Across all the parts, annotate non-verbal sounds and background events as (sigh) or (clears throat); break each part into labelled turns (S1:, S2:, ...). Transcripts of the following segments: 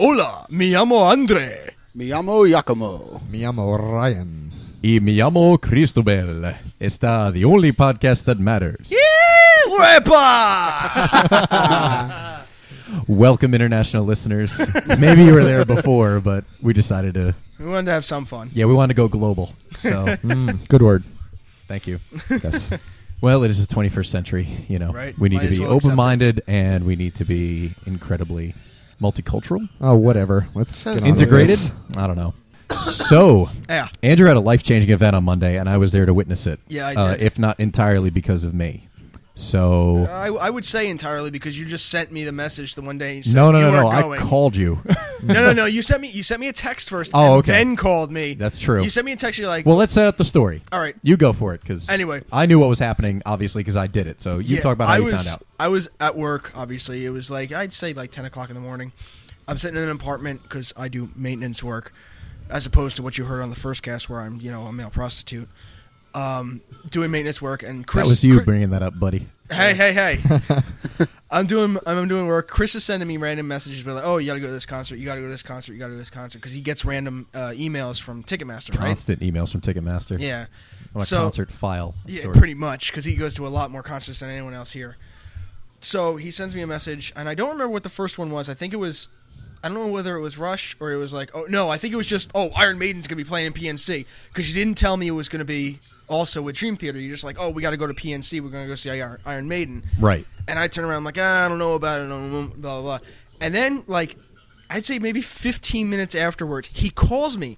S1: Hola, mi llamo Andre.
S2: Me llamo Giacomo.
S3: Me llamo Ryan.
S4: Y me llamo Cristobal. Está Eh, the only podcast that matters.
S1: Wepa!
S4: Welcome, international listeners. (laughs) Maybe you were there before, but we decided to.
S1: we wanted to have some fun.
S4: Yeah, we want to go global.
S1: (laughs)
S4: So,
S3: Mm, good word.
S4: thank you.
S3: Yes.
S4: Well, it is the 21st century. You know,
S1: Right.
S4: we need
S1: Might
S4: to
S1: as
S4: be
S1: well accept it.
S4: open-minded and we need to be incredibly multicultural,
S3: Oh, whatever. Let's get on with
S4: integrated.
S3: this.
S4: I don't know. So,
S1: (laughs) Yeah.
S4: Andrew had a life-changing event on Monday, and I was there to witness it.
S1: Yeah, I
S4: Uh,
S1: did. Uh,
S4: if not entirely because of me. So,
S1: I, I would say entirely because you just sent me the message the one day. You said
S4: no, no,
S1: you
S4: no, no.
S1: were
S4: I
S1: going.
S4: called you. (laughs)
S1: no, no, no. You sent me. You sent me a text first. and
S4: Oh, okay.
S1: Then called me.
S4: That's true.
S1: You sent me a text. You're like,
S4: Well, let's set up the story.
S1: All right.
S4: you go for it because
S1: Anyway.
S4: I knew what was happening obviously because I did it. So you
S1: Yeah,
S4: talk about how
S1: I
S4: you
S1: was,
S4: found out.
S1: I was at work. Obviously, it was like I'd say like ten o'clock in the morning. I'm sitting in an apartment because I do maintenance work, as opposed to what you heard on the first cast where I'm you know a male prostitute, um, doing maintenance work. And Chris,
S4: that was you
S1: Chris-
S4: bringing that up, buddy.
S1: Hey, hey, hey.
S4: (laughs)
S1: I'm doing I'm doing work. Chris is sending me random messages, but like, oh, you got to go to this concert, you got to go to this concert, you got to go to this concert, because he gets random uh, emails from Ticketmaster, right?
S4: Constant emails from Ticketmaster.
S1: Yeah.
S4: on a
S1: so
S4: concert file. of
S1: yeah,
S4: sorts.
S1: pretty much, because he goes to a lot more concerts than anyone else here. So he sends me a message, and I don't remember what the first one was. I think it was, I don't know whether it was Rush or it was like, oh no, I think it was just, oh, Iron Maiden's gonna be playing in PNC because you didn't tell me it was gonna be also with Dream Theater. You're just like, oh, we got to go to PNC. We're gonna go see Iron Iron Maiden.
S4: Right.
S1: And I turn around, I'm like, ah, I don't know about it, blah, blah, blah, blah. And then, like, I'd say maybe 15 minutes afterwards, he calls me.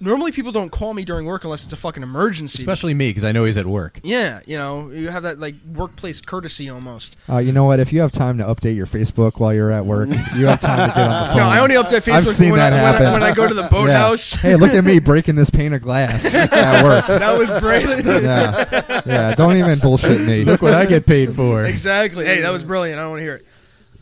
S1: Normally, people don't call me during work unless it's a fucking emergency.
S4: Especially me because I know he's at work.
S1: yeah, you know, you have that, like, workplace courtesy almost.
S3: Uh, you know what? If you have time to update your Facebook while you're
S1: (laughs)
S3: at work, you have time to get on the phone.
S1: No, I only update Facebook
S3: I've seen
S1: when,
S3: that
S1: I, when, I,
S3: happen.
S1: when I go to the
S3: (laughs) Yeah.
S1: boathouse.
S3: hey, look at me breaking this pane of glass at
S1: (laughs)
S3: work.
S1: that was
S3: (laughs)
S1: brilliant.
S3: Yeah, yeah. Don't even bullshit me.
S4: Look what I get paid
S1: (laughs)
S4: for.
S1: exactly. Hey, that was brilliant. I don't want to hear it.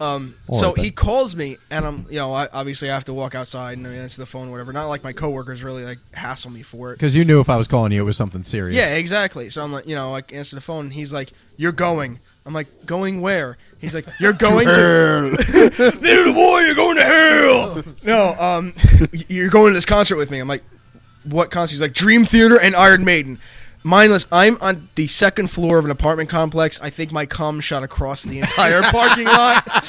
S1: Um,
S3: All
S1: so
S3: right, then.
S1: he calls me, and I'm, you know, I, obviously I have to walk outside and answer the phone or whatever. Not like my coworkers really, like, hassle me for it.
S4: Because you knew if I was calling you, it was something serious.
S1: Yeah, exactly. So I'm like, you know, I answer the phone, and he's like, "You're going." I'm like, "Going where?" He's like,
S3: (laughs)
S1: "You're going to." Little boy, you're going to hell. No, um, (laughs) you're going to this concert with me. I'm like, "What concert?" He's like, "Dream Theater and Iron Maiden." Mindless. I'm on the second floor of an apartment complex. I think my cum shot across the entire
S4: (laughs)
S1: parking lot.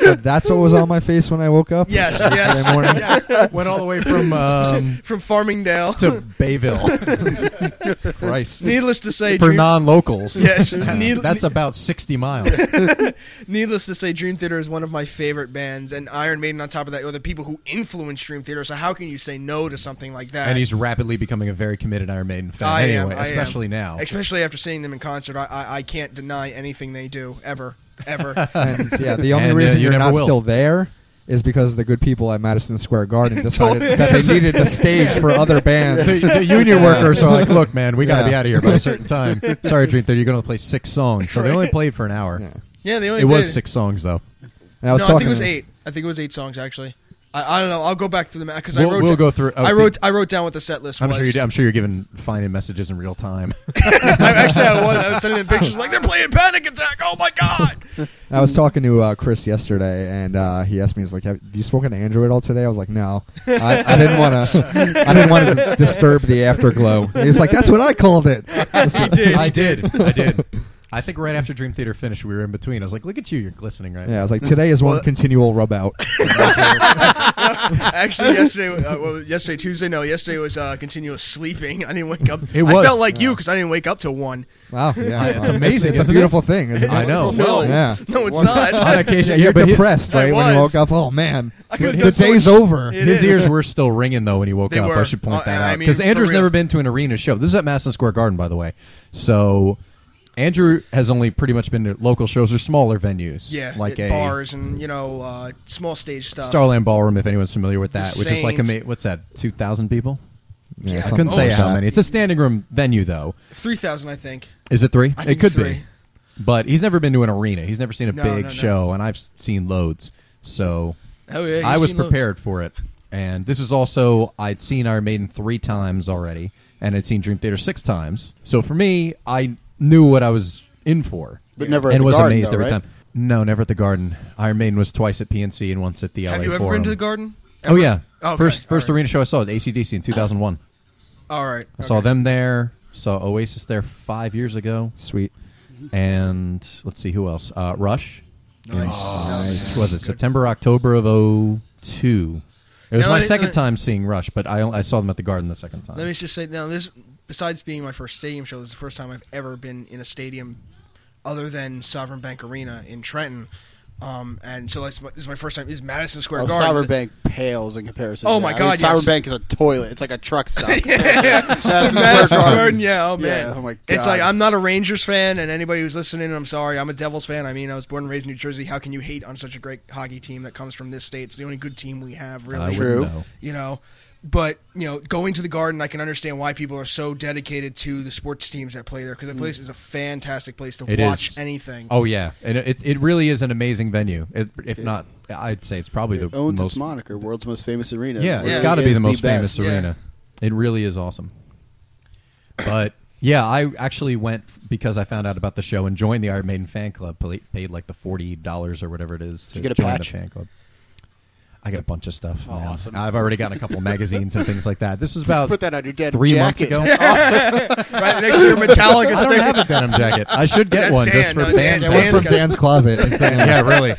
S3: So that's what was on my face when I woke up.
S1: Yes,
S3: Yesterday
S1: yes,
S3: morning.
S1: yes.
S4: Went all the
S1: (laughs)
S4: way from um,
S1: From Farmingdale.
S4: to
S1: (laughs)
S4: Bayville. Christ.
S1: Needless to say,
S4: for
S1: Dream-
S4: non-locals.
S1: Yes,
S4: (laughs) that's,
S1: need-
S4: that's about sixty miles.
S1: Needless to say, Dream Theater is one of my favorite bands, and Iron Maiden on top of that are the people who influenced Dream Theater. So how can you say no to something like that?
S4: and he's rapidly becoming a very committed Iron Maiden fan.
S1: I am,
S4: anyway,
S1: I am.
S4: especially now.
S1: especially after seeing them in concert, I, I, I can't deny anything they do ever,
S4: (laughs)
S1: ever.
S3: (laughs) And yeah, the only
S4: And, uh,
S3: reason
S4: you
S3: you're
S4: never
S3: not
S4: will.
S3: still there is because the good people at Madison
S1: (laughs)
S3: Square Garden decided that they needed a stage for other bands.
S4: the, (laughs) the union workers are like, "Look, man, we got to be
S3: (laughs) Yeah.
S4: out of here by a
S1: (laughs)
S4: certain time." Sorry, Dream Theater, you're going to play six songs. So they only played for an hour.
S3: Yeah.
S1: yeah, they only
S4: It
S1: did.
S4: was six songs though.
S3: And I
S1: No, I
S3: was
S1: think
S3: talking
S1: it was
S3: to-
S1: eight. I think it was eight songs actually. I, I don't know. I'll go back through the because I
S4: We'll-
S1: wrote.
S4: we'll
S1: da-
S4: go through- oh,
S1: I
S4: the-
S1: wrote. I wrote down what the set list
S4: I'm
S1: was.
S4: sure you did. I'm sure you're giving finding messages in real time.
S1: (laughs) I, actually, I was. I was sending them pictures like they're playing Panic Attack. Oh my god!
S4: (laughs)
S3: I was talking to uh, Chris yesterday, and uh, he asked me, "He's like, have you spoken to Andrew at all today?" I was like, "No, I, I didn't want to. I didn't want to disturb the afterglow." He's like, "That's what I called it."
S4: (laughs) I did. I did. I did. I think right after Dream Theater finished, we were in between. I was like, "Look at you, you're glistening right
S3: Yeah, I was like, "Today is one continual rub
S4: (laughs)
S3: out."
S1: Actually, yesterday, uh, well, yesterday Tuesday, no, yesterday was uh, continuous sleeping. I didn't wake up.
S4: It
S1: I
S4: was.
S1: felt like you because I didn't wake up till one.
S3: Wow, yeah,
S4: It's amazing,
S3: It's,
S4: isn't
S3: a
S4: it?
S3: beautiful thing. Isn't it?
S4: I know.
S1: No,
S3: Yeah.
S1: no, it's not.
S4: now." On occasion,
S3: You're
S4: yeah, but his-
S3: depressed,
S1: I
S3: right? When you
S1: was.
S3: woke up, oh man,
S1: I
S3: the
S1: could've done so
S3: day's
S1: much-
S3: over.
S1: It
S4: His
S1: is.
S4: ears were still ringing though when he woke
S1: They
S4: up.
S1: were.
S4: I should point
S1: Uh,
S4: that
S1: and I mean,
S4: out because
S1: for
S4: Andrew's
S1: real.
S4: never been to an arena show. This is at Madison Square Garden, by the way. So Andrew has only pretty much been to local shows or smaller venues.
S1: Yeah,
S4: like
S1: at
S4: a
S1: bars and you know uh, small stage stuff.
S4: Starland Ballroom, if anyone's familiar with that,
S1: The
S4: which is like a
S1: Saint.
S4: ma- what's that, two thousand people?
S3: Yeah,
S4: I couldn't
S3: something
S4: say
S3: like
S4: how
S3: that.
S4: many. It's a standing room venue though.
S1: three thousand, I think.
S4: Is it three?
S1: I
S4: it
S1: think
S4: could
S1: it's
S4: be.
S1: three.
S4: But he's never been to an arena. He's never seen a
S1: No,
S4: big
S1: no, no.
S4: show, and I've s- seen loads. So
S1: Oh, yeah, you've
S4: I was
S1: seen loads.
S4: prepared for it. And this is also I'd seen Iron Maiden three times already, and I'd seen Dream Theater six times. So for me, I knew what I was in for,
S2: But never at
S4: and
S2: the
S4: was
S2: Garden,
S4: amazed
S2: though,
S4: every
S2: right?
S4: time. No, never at the Garden. Iron Maiden was twice at PNC and once at the LA
S1: Have you ever
S4: Forum.
S1: been to the Garden?
S4: Oh yeah,
S1: Oh, okay.
S4: first first
S1: All right.
S4: arena show I saw at ACDC in 2001.
S1: All right.
S4: I saw
S1: Okay.
S4: them there. Saw Oasis there five years ago,
S3: Sweet.
S4: and let's see who else. Uh, Rush.
S1: Nice.
S4: What Was it September October of 02? It was
S1: Now,
S4: my
S1: let me-
S4: second
S1: let me-
S4: time seeing Rush, but I, I saw them at the Garden the second time.
S1: Let me just say now this besides being my first stadium show, this is the first time I've ever been in a stadium other than Sovereign Bank Arena in Trenton. Um, and so that's my, this is my first time. This is Madison Square
S2: Oh,
S1: Garden. (laughs)
S2: Sovereign Bank pales in comparison.
S1: Oh
S2: to
S1: my
S2: that.
S1: God,
S2: I mean, Sovereign
S1: yes.
S2: Bank is a toilet. It's like a truck stop.
S1: It's
S2: (laughs) Madison
S1: a Madison
S2: Square
S1: Square
S2: Garden.
S1: Garden. Yeah, oh man.
S2: Yeah, oh my
S1: It's
S2: God.
S1: like I'm not a Rangers fan, and anybody who's listening, I'm sorry. I'm a Devils fan. I mean, I was born and raised in New Jersey. How can you hate on such a great hockey team that comes from this state? It's the only good team we have, really.
S4: I wouldn't
S2: True.
S4: know.
S1: you know but you know going to the garden i can understand why people are so dedicated to the sports teams that play there because the place is a fantastic place to
S4: Mm. It
S1: watch
S4: is.
S1: anything
S4: Oh yeah, and it it really is an amazing venue. It, if not, I'd say it's probably the
S2: Owns
S4: most.
S2: its moniker, world's most famous arena.
S4: yeah,
S1: Yeah.
S4: it's got to be
S2: Is
S4: the most
S2: best.
S4: famous arena. It really is awesome. But yeah, I actually went f- because I found out about the show and joined the Iron Maiden fan club. pla- Paid like the forty dollars or whatever it is to
S2: you get a
S4: join
S2: patch?
S4: the fan club. I got a bunch of stuff.
S2: Oh,
S4: now.
S2: awesome.
S4: I've already gotten a couple magazines and things like that. This is about
S2: Put that on your dead
S4: three
S2: jacket. (laughs) Oh,
S4: months ago.
S1: right next to
S4: (laughs)
S1: your metallica
S4: I don't
S1: sticker
S4: have a denim jacket. I should get
S1: That's
S4: one
S1: Dan.
S4: just for
S1: No, Dan-
S4: band.
S3: It went
S1: Dan's
S3: from
S1: got-
S3: Dan's closet. It's Dan.
S4: yeah, really.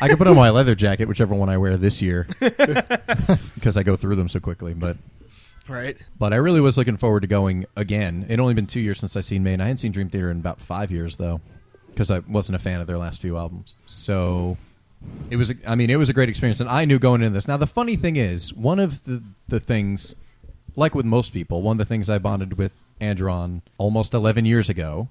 S4: I could put on my leather jacket, whichever one I wear this year, (laughs) because I go through them so quickly. But
S1: right
S4: but I really was looking forward to going again. It only been two years since I seen Maine. I hadn't seen Dream Theater in about five years though, because I wasn't a fan of their last few albums. So it was. a- I mean, it was a great experience, and I knew going into this. Now the funny thing is, one of the the things, like with most people, one of the things I bonded with Andrew on almost eleven years ago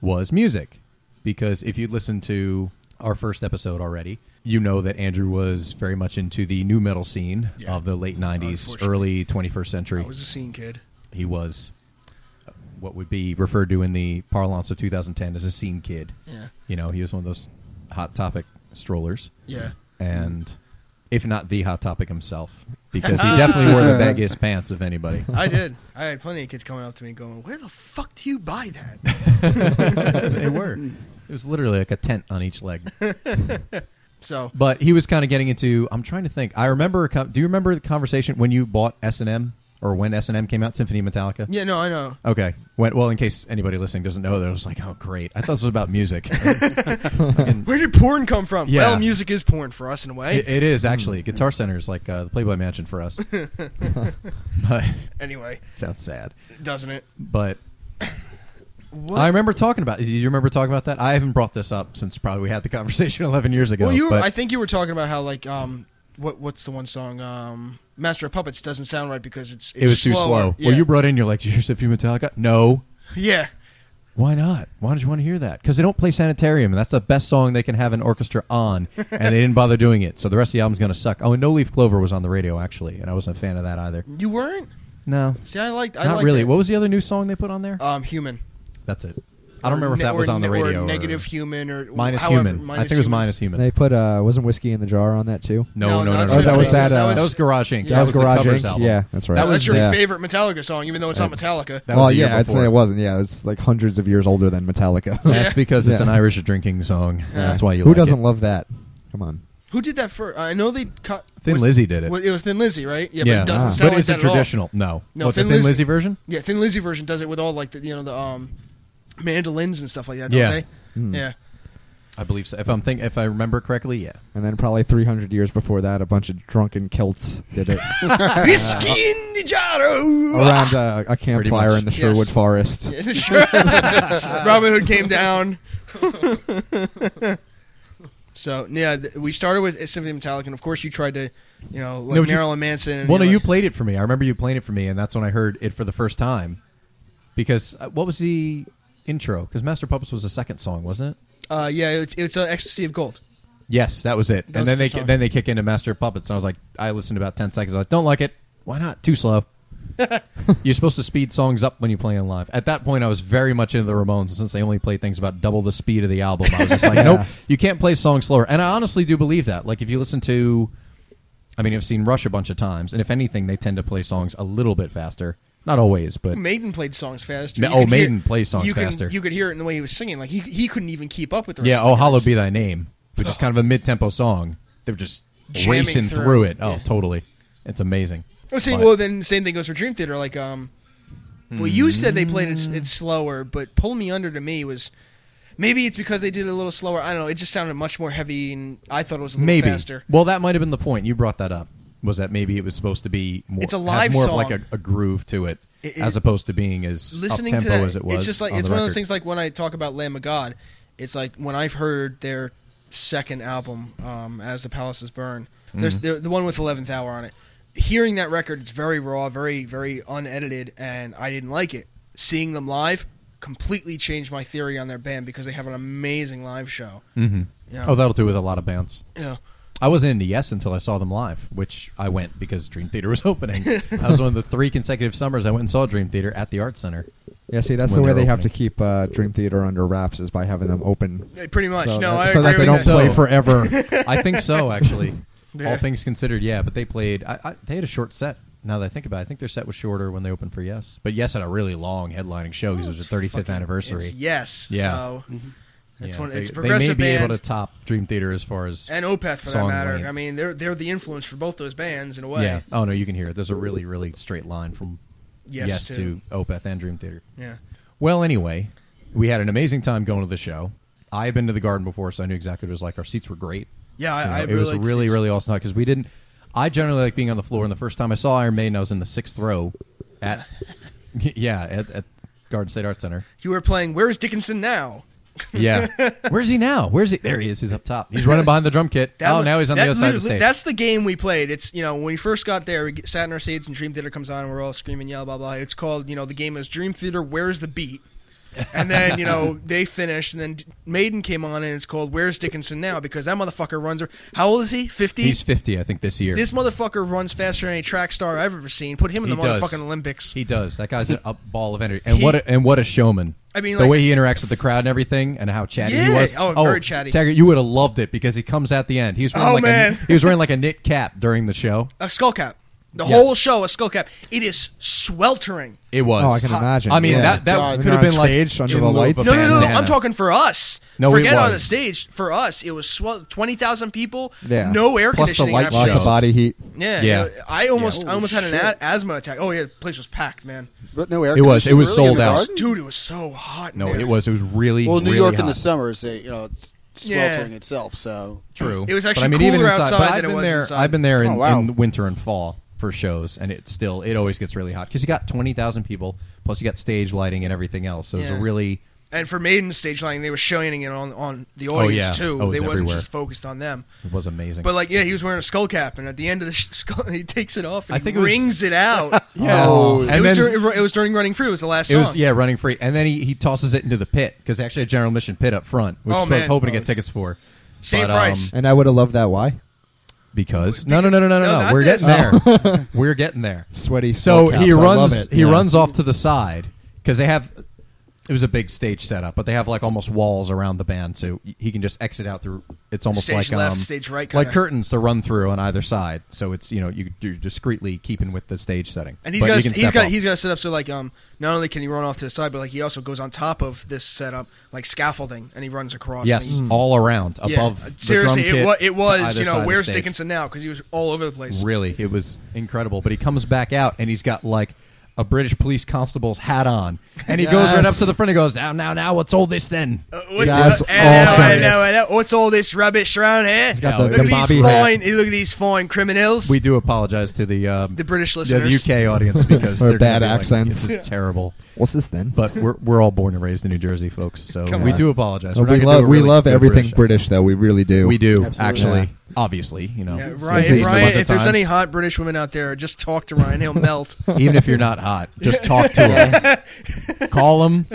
S4: was music, because if you listen to our first episode already. You know that Andrew was very much into the new metal scene
S1: Yeah.
S4: of the late '90s,
S1: Unfortunately.
S4: early 21st century
S1: i was a scene kid
S4: he was what would be referred to in the parlance of 2010 as a scene kid.
S1: Yeah.
S4: You know, he was one of those hot topic strollers.
S1: yeah
S4: And if not the hot
S1: (laughs)
S4: topic himself, because he definitely wore the baggiest pants of anybody.
S1: i did i had plenty of kids coming up to me going where the fuck do you buy that
S4: (laughs) (laughs) they were. It was literally like a tent on each
S1: (laughs)
S4: leg.
S1: so
S4: But he was kind of getting into. I'm trying to think. I remember. a co- Do you remember the conversation when you bought S and M or when S and M came out? Symphony Metallica.
S1: yeah no i know
S4: Okay. Went, well, in case anybody listening doesn't know, that I was like, oh, great. I thought this was about music. (laughs) Fucking-
S1: where did porn come from
S4: Yeah.
S1: well music is porn for us in a way
S4: it, it is actually Guitar Center is like uh, the Playboy Mansion for
S1: (laughs)
S4: us. but
S1: anyway
S4: sounds sad.
S1: doesn't it
S4: But I remember talking about. Do you remember talking about that? I haven't brought this up since probably we had the (laughs) conversation eleven years ago.
S1: Well, you were,
S4: but
S1: I think you were talking about how like um what what's the one song um Master of Puppets doesn't sound right because it's, it's
S4: it was too
S1: slower.
S4: slow.
S1: Yeah.
S4: Well, you brought in. You're like, here's a few Metallica. No,
S1: yeah.
S4: Why not? Why did you want to hear that? Because they don't play Sanitarium, and that's the best song they can have an orchestra on, and they didn't bother doing it. So the rest of the album's going to suck. Oh, and No Leaf Clover was on the radio, actually, and I wasn't a fan of that either.
S1: You weren't.
S4: No.
S1: See, I liked. I
S4: Not
S1: liked
S4: really.
S1: It.
S4: What was the other new song they put on there?
S1: um human?
S4: that's it. I
S1: Or
S4: don't remember if
S1: ne-
S4: that was
S1: or
S4: on the
S1: ne- or
S4: radio.
S1: negative human or
S4: Minus
S1: however,
S4: Human.
S1: Minus
S4: I think it was
S1: Human.
S4: Minus Human.
S3: And (laughs) they put uh, wasn't whiskey in the jar on that too?
S4: no,
S1: No,
S4: no, no, no.
S1: not
S4: no,
S3: Symphony. Oh, that was that, uh,
S4: that was Garage Inc.
S1: Yeah,
S3: that
S1: it
S3: was
S4: the
S3: Garage
S4: covers
S3: Inc.
S4: album.
S3: Yeah, that's right.
S1: That was your
S3: yeah.
S1: favorite Metallica song, even though it's not Metallica.
S4: That
S3: well,
S4: was the year
S3: yeah, I'd say
S4: before.
S3: it wasn't. Yeah, it's like hundreds of years older than Metallica.
S4: (laughs) That's because it's
S3: Yeah.
S4: an Irish drinking song. and That's why you.
S3: Who
S4: like
S3: doesn't
S4: It.
S3: love that? Come on.
S1: Who did that first? I know they cut.
S4: Thin
S1: was-
S4: Lizzy did it.
S1: wa- It was Thin Lizzy, right? Yeah, but
S4: yeah, Uh-huh.
S1: it doesn't
S3: Ah.
S1: sound
S4: but
S1: like
S4: it's a
S1: that at all.
S4: traditional. No,
S1: No,
S4: What,
S1: Thin
S4: the Thin
S1: Lizzy-
S4: Lizzy version.
S1: Yeah, Thin Lizzy version does it with all like the you know the um mandolins and stuff like that. Don't
S4: Yeah. Hmm.
S1: they?
S4: (laughs)
S1: Yeah.
S4: I believe so. If I'm think, if I remember correctly, yeah.
S3: And then probably 300 years before that, a bunch of drunken Celts did
S4: (laughs)
S3: it
S1: Whiskey in the jar. oh.
S3: around uh, a campfire
S4: much.
S3: in the Sherwood
S1: Yes.
S3: Forest.
S1: Yeah, (laughs) sure. Robin Hood came down. (laughs) so yeah, th- we started with Symphony Metallic, and of course you tried to, you know, like
S4: No, but you-
S1: Marilyn Manson. and
S4: Well, no,
S1: you're
S4: you
S1: like-
S4: played it for me. I remember you playing it for me, and that's when I heard it for the first time. Because uh, what was the intro? Because Master Puppets was the second song, wasn't it?
S1: uh, yeah, it's it's uh, Ecstasy of Gold.
S4: Yes, that was
S1: That was
S4: it. and then
S1: the
S4: they
S1: song.
S4: then they kick into Master Puppets, and I was like, I listened to about ten seconds. I was like, don't like it. Why not? Too
S1: (laughs)
S4: slow. You're supposed to speed songs up when you play on live. At that point, I was very much into the Ramones, and since they only played things about double the speed of the album, I was
S1: (laughs)
S4: just like, nope, you can't play songs slower. And I honestly do believe that. Like, if you listen to, I mean, I've seen Rush a bunch of times, and if anything, they tend to play songs a little bit faster. Not always, but
S1: Maiden played songs faster.
S4: Ma-
S1: You
S4: oh,
S1: could hear-
S4: Maiden plays songs
S1: you can-
S4: faster.
S1: you could hear it in the way he was singing. Like he, he couldn't even keep up with the rest.
S4: yeah,
S1: of the
S4: Oh, Hollow
S1: guys.
S4: Be Thy Name. which is kind of a mid-tempo song. They're just
S1: Jamming
S4: racing
S1: through.
S4: through, it. Oh,
S1: Yeah.
S4: totally. It's amazing.
S1: Well, Oh, see,
S4: But-
S1: well, then same thing goes for Dream Theater. Like, um, well, you said they played it, s-
S4: Mm-hmm.
S1: it slower, but "Pull Me Under" to me was maybe it's because they did it a little slower. I don't know. It just sounded much more heavy, and I thought it was a little
S4: maybe.
S1: faster.
S4: Well, that might have been the point you brought that up. Was that maybe it was supposed to be more?
S1: It's a
S4: have
S1: live
S4: more
S1: song.
S4: of like a, a groove to it,
S1: It- it-
S4: as opposed to being as
S1: Listening to
S4: up-tempo
S1: that,
S4: as it was.
S1: it's just like
S4: on
S1: it's
S4: the
S1: one of
S4: record.
S1: those things. Like when I talk about Lamb of God, it's like when I've heard their second album, um, "As the Palaces Burn." There's
S4: Mm-hmm.
S1: the, the one with "11th Hour" on it. Hearing that record, it's very raw, very very unedited, and I didn't like it. Seeing them live completely changed my theory on their band because they have an amazing live show.
S4: Mhm.
S1: Yeah.
S4: Oh, that'll do with a lot of bands.
S1: Yeah.
S4: I wasn't into Yes until I saw them live, which I went because Dream Theater was (laughs) opening. that was one of the three consecutive summers I went and saw Dream Theater at the Art Center.
S3: Yeah, see, that's
S4: When
S3: the way
S4: they're
S3: they have to
S4: opening.
S3: keep uh, Dream Theater under wraps is by having them open.
S1: Yeah, Pretty much.
S3: so
S1: no,
S3: that,
S1: I
S3: so
S1: agree
S3: that they
S1: with
S3: don't
S1: that.
S3: play
S1: (laughs)
S4: So-
S3: forever.
S4: I think so, actually.
S1: Yeah.
S4: All things considered, yeah. But they played. I, I, they had a short set. Now that I think about it, I think their set was shorter when they opened for Yes. But Yes had a really long headlining show because it was their 35th anniversary.
S1: Oh, It's yes.
S4: Yeah.
S1: So it's
S4: Yeah,
S1: one.
S4: they,
S1: It's a
S4: they
S1: progressive
S4: may be
S1: band
S4: able to top Dream Theater as far as
S1: and Opeth for that
S4: song
S1: matter.
S4: length.
S1: I mean, they're they're the influence for both those bands in a way.
S4: yeah. Oh no, you can hear it. There's a really really straight line from
S1: Yes
S4: Yes
S1: to-
S4: to Opeth and Dream Theater.
S1: Yeah.
S4: Well, anyway, we had an amazing time going to the show. I had been to the garden before, so I knew exactly what it was like. Our seats were great.
S1: Yeah, I-
S4: You know,
S1: I
S4: it
S1: really
S4: was
S1: liked
S4: really,
S1: seats.
S4: really awesome because we didn't. I generally like being on the floor, and the first time I saw Iron Maiden, I was in the sixth row at (laughs) yeah at, at Garden State Arts Center.
S1: You were playing Where's Dickinson Now? (laughs)
S4: Yeah, where's he now? Where's he? There he is. He's up top. He's running behind the drum kit.
S1: That
S4: oh,
S1: was-
S4: now he's on the
S1: that
S4: other side of the
S1: literally-
S4: stage.
S1: That's the game we played. It's you know when we first got there, we get- sat in our seats and Dream Theater comes on, and we're all screaming, yell, blah blah. It's called you know the game is Dream Theater. Where's the beat? And then you
S4: (laughs)
S1: know they finished, and then D- Maiden came on, and it's called Where's Dickinson Now because that motherfucker runs. How old is he? Fifty.
S4: he's fifty, I think, this year.
S1: This motherfucker runs faster than any track star I've ever seen. Put him in
S4: He
S1: the
S4: does.
S1: motherfucking Olympics.
S4: He does. That
S1: (laughs)
S4: guy's an up ball of energy, and
S1: He-
S4: what a, and what a showman.
S1: I mean,
S4: the
S1: like-
S4: way he interacts with the crowd and everything, and how chatty he
S1: Yeah.
S4: was.
S1: Oh, very chatty.
S4: Taggart, you would have loved it because he comes at the end. He was wearing
S1: Oh,
S4: like
S1: man.
S4: A, he was wearing like a knit cap during the show.
S1: a skull cap. The
S4: Yes.
S1: whole show a skull cap. It is sweltering.
S4: It was.
S3: Oh, I can imagine.
S4: I mean,
S3: Yeah.
S4: that that
S2: God.
S3: When
S4: could have
S3: you're
S4: been
S3: on stage,
S4: like
S3: under
S4: in
S3: the
S4: lieu of a
S3: lights.
S1: No, no, no, no.
S4: bandana.
S1: I'm talking for us.
S4: No, it
S1: Forget on the
S4: was.
S1: stage. For us, it was swell. Twenty thousand people.
S3: Yeah.
S1: No air
S4: Plus the
S1: conditioning.
S4: light
S1: in that
S3: Lots
S1: place.
S3: of
S4: shows.
S3: body heat.
S1: Yeah.
S4: Yeah.
S1: yeah. I almost,
S2: Yeah.
S1: I almost had an
S2: Holy
S1: a- asthma attack. Oh yeah, the place was packed, man.
S2: But no air
S4: It was- it
S2: conditioning,
S4: was
S2: really, in
S4: sold
S2: the
S4: out.
S2: garden?
S1: Dude, it was so hot. in
S4: No,
S1: there.
S4: it was. It was really.
S2: Well, New
S4: really
S2: York
S4: hot.
S2: in the summer is a, you know it's
S1: Yeah.
S2: sweltering itself. So
S4: True.
S1: It was
S4: But
S1: actually
S4: I mean, even
S1: cooler
S4: inside,
S1: outside
S4: but
S1: than
S4: I've
S1: it
S4: been
S1: was
S4: there.
S1: inside.
S4: I've been there in,
S2: Oh, wow.
S4: in winter and fall for shows, and it still it always gets really hot because you got twenty thousand people plus you got stage lighting and everything else. So it was a
S1: Yeah.
S4: really
S1: And for Maiden stage lighting, they were showing it on on the audience
S4: yeah.
S1: too.
S4: Oh, it was
S1: they wasn't
S4: everywhere.
S1: just focused on them.
S4: it was amazing.
S1: But like, yeah, he was wearing a skull cap, and at the end of the (laughs) sh- skull, he takes it off and
S4: I
S1: he
S4: think it was-
S1: rings it out.
S4: (laughs) yeah,
S3: Oh.
S4: and
S1: it, was
S4: then-
S1: during, it was during Running Free. It was the last
S4: It
S1: song.
S4: was yeah, running free, and then he, he tosses it into the pit because they actually had General Mission pit up front, which
S1: Oh,
S4: I was
S1: man.
S4: hoping to
S1: Oh,
S4: get tickets for.
S1: Same
S4: But, um,
S1: price.
S3: And I would have loved that. Why?
S4: because no no no no no
S1: No,
S4: no,
S1: not
S4: we're
S1: this.
S4: getting
S1: (laughs)
S4: there, (laughs) we're getting there.
S3: Sweaty.
S4: So
S3: skull
S4: he
S3: caps. I love
S4: runs
S3: it.
S4: he
S3: Yeah.
S4: runs off to the side because they have it was a big stage setup, but they have like almost walls around the band, so he can just exit out through. It's almost
S1: Stage
S4: like
S1: left,
S4: um,
S1: stage right
S4: like
S1: kinda.
S4: curtains to run through on either side. So it's you know you you're discreetly keeping with the stage setting.
S1: And he's
S4: But
S1: got
S4: you can
S1: he's
S4: step
S1: got
S4: off.
S1: he's got to set up so like um not only can he run off to the side but like he also goes on top of this setup like scaffolding and he runs across.
S4: yes
S1: and
S4: all around
S1: he- yeah.
S4: above. the
S1: Seriously,
S4: drum
S1: it
S4: kit
S1: was it was
S4: to either
S1: you
S4: side
S1: know
S4: of
S1: where's
S4: stage.
S1: Dickinson now because he was all over the place.
S4: Really, it was incredible. But he comes back out and he's got like a British police constable's hat on, and he goes right up
S3: Yes.
S4: to the front and goes, "Now, now, now, what's all this then?"
S1: Uh, What's,
S3: That's
S1: uh, I know, I
S3: awesome.
S1: know, I know. What's all this rubbish around here?
S3: got
S4: the-
S1: look
S4: the
S1: at
S3: Bobby
S1: these
S3: hat.
S1: fine, look at these fine criminals.
S4: We do apologize to the um,
S1: The British
S4: yeah,
S1: listeners.
S4: the UK audience because
S3: For
S4: they're gonna
S3: bad
S4: be like,
S3: accents.
S4: this is terrible.
S3: What's this then?
S4: But we're, we're all born and raised in New Jersey, folks. So
S1: Come
S4: we
S1: on.
S4: do apologize.
S3: Oh,
S4: We're not
S3: we
S4: gonna do
S3: love
S4: a
S3: we
S4: really
S3: love
S4: good
S3: everything British,
S4: British. accent.
S3: though. We really do.
S4: We do
S2: Absolutely.
S4: actually,
S3: Yeah.
S4: obviously. You know,
S1: Yeah,
S4: so
S1: Ryan,
S3: based
S1: if,
S4: on
S1: Ryan-
S4: other
S1: if there's
S4: times,
S1: any hot British women out there, just talk to Ryan. He'll
S4: (laughs)
S1: melt.
S4: even if you're not hot, just talk to
S1: (laughs)
S4: him. Call
S3: (laughs)
S4: him.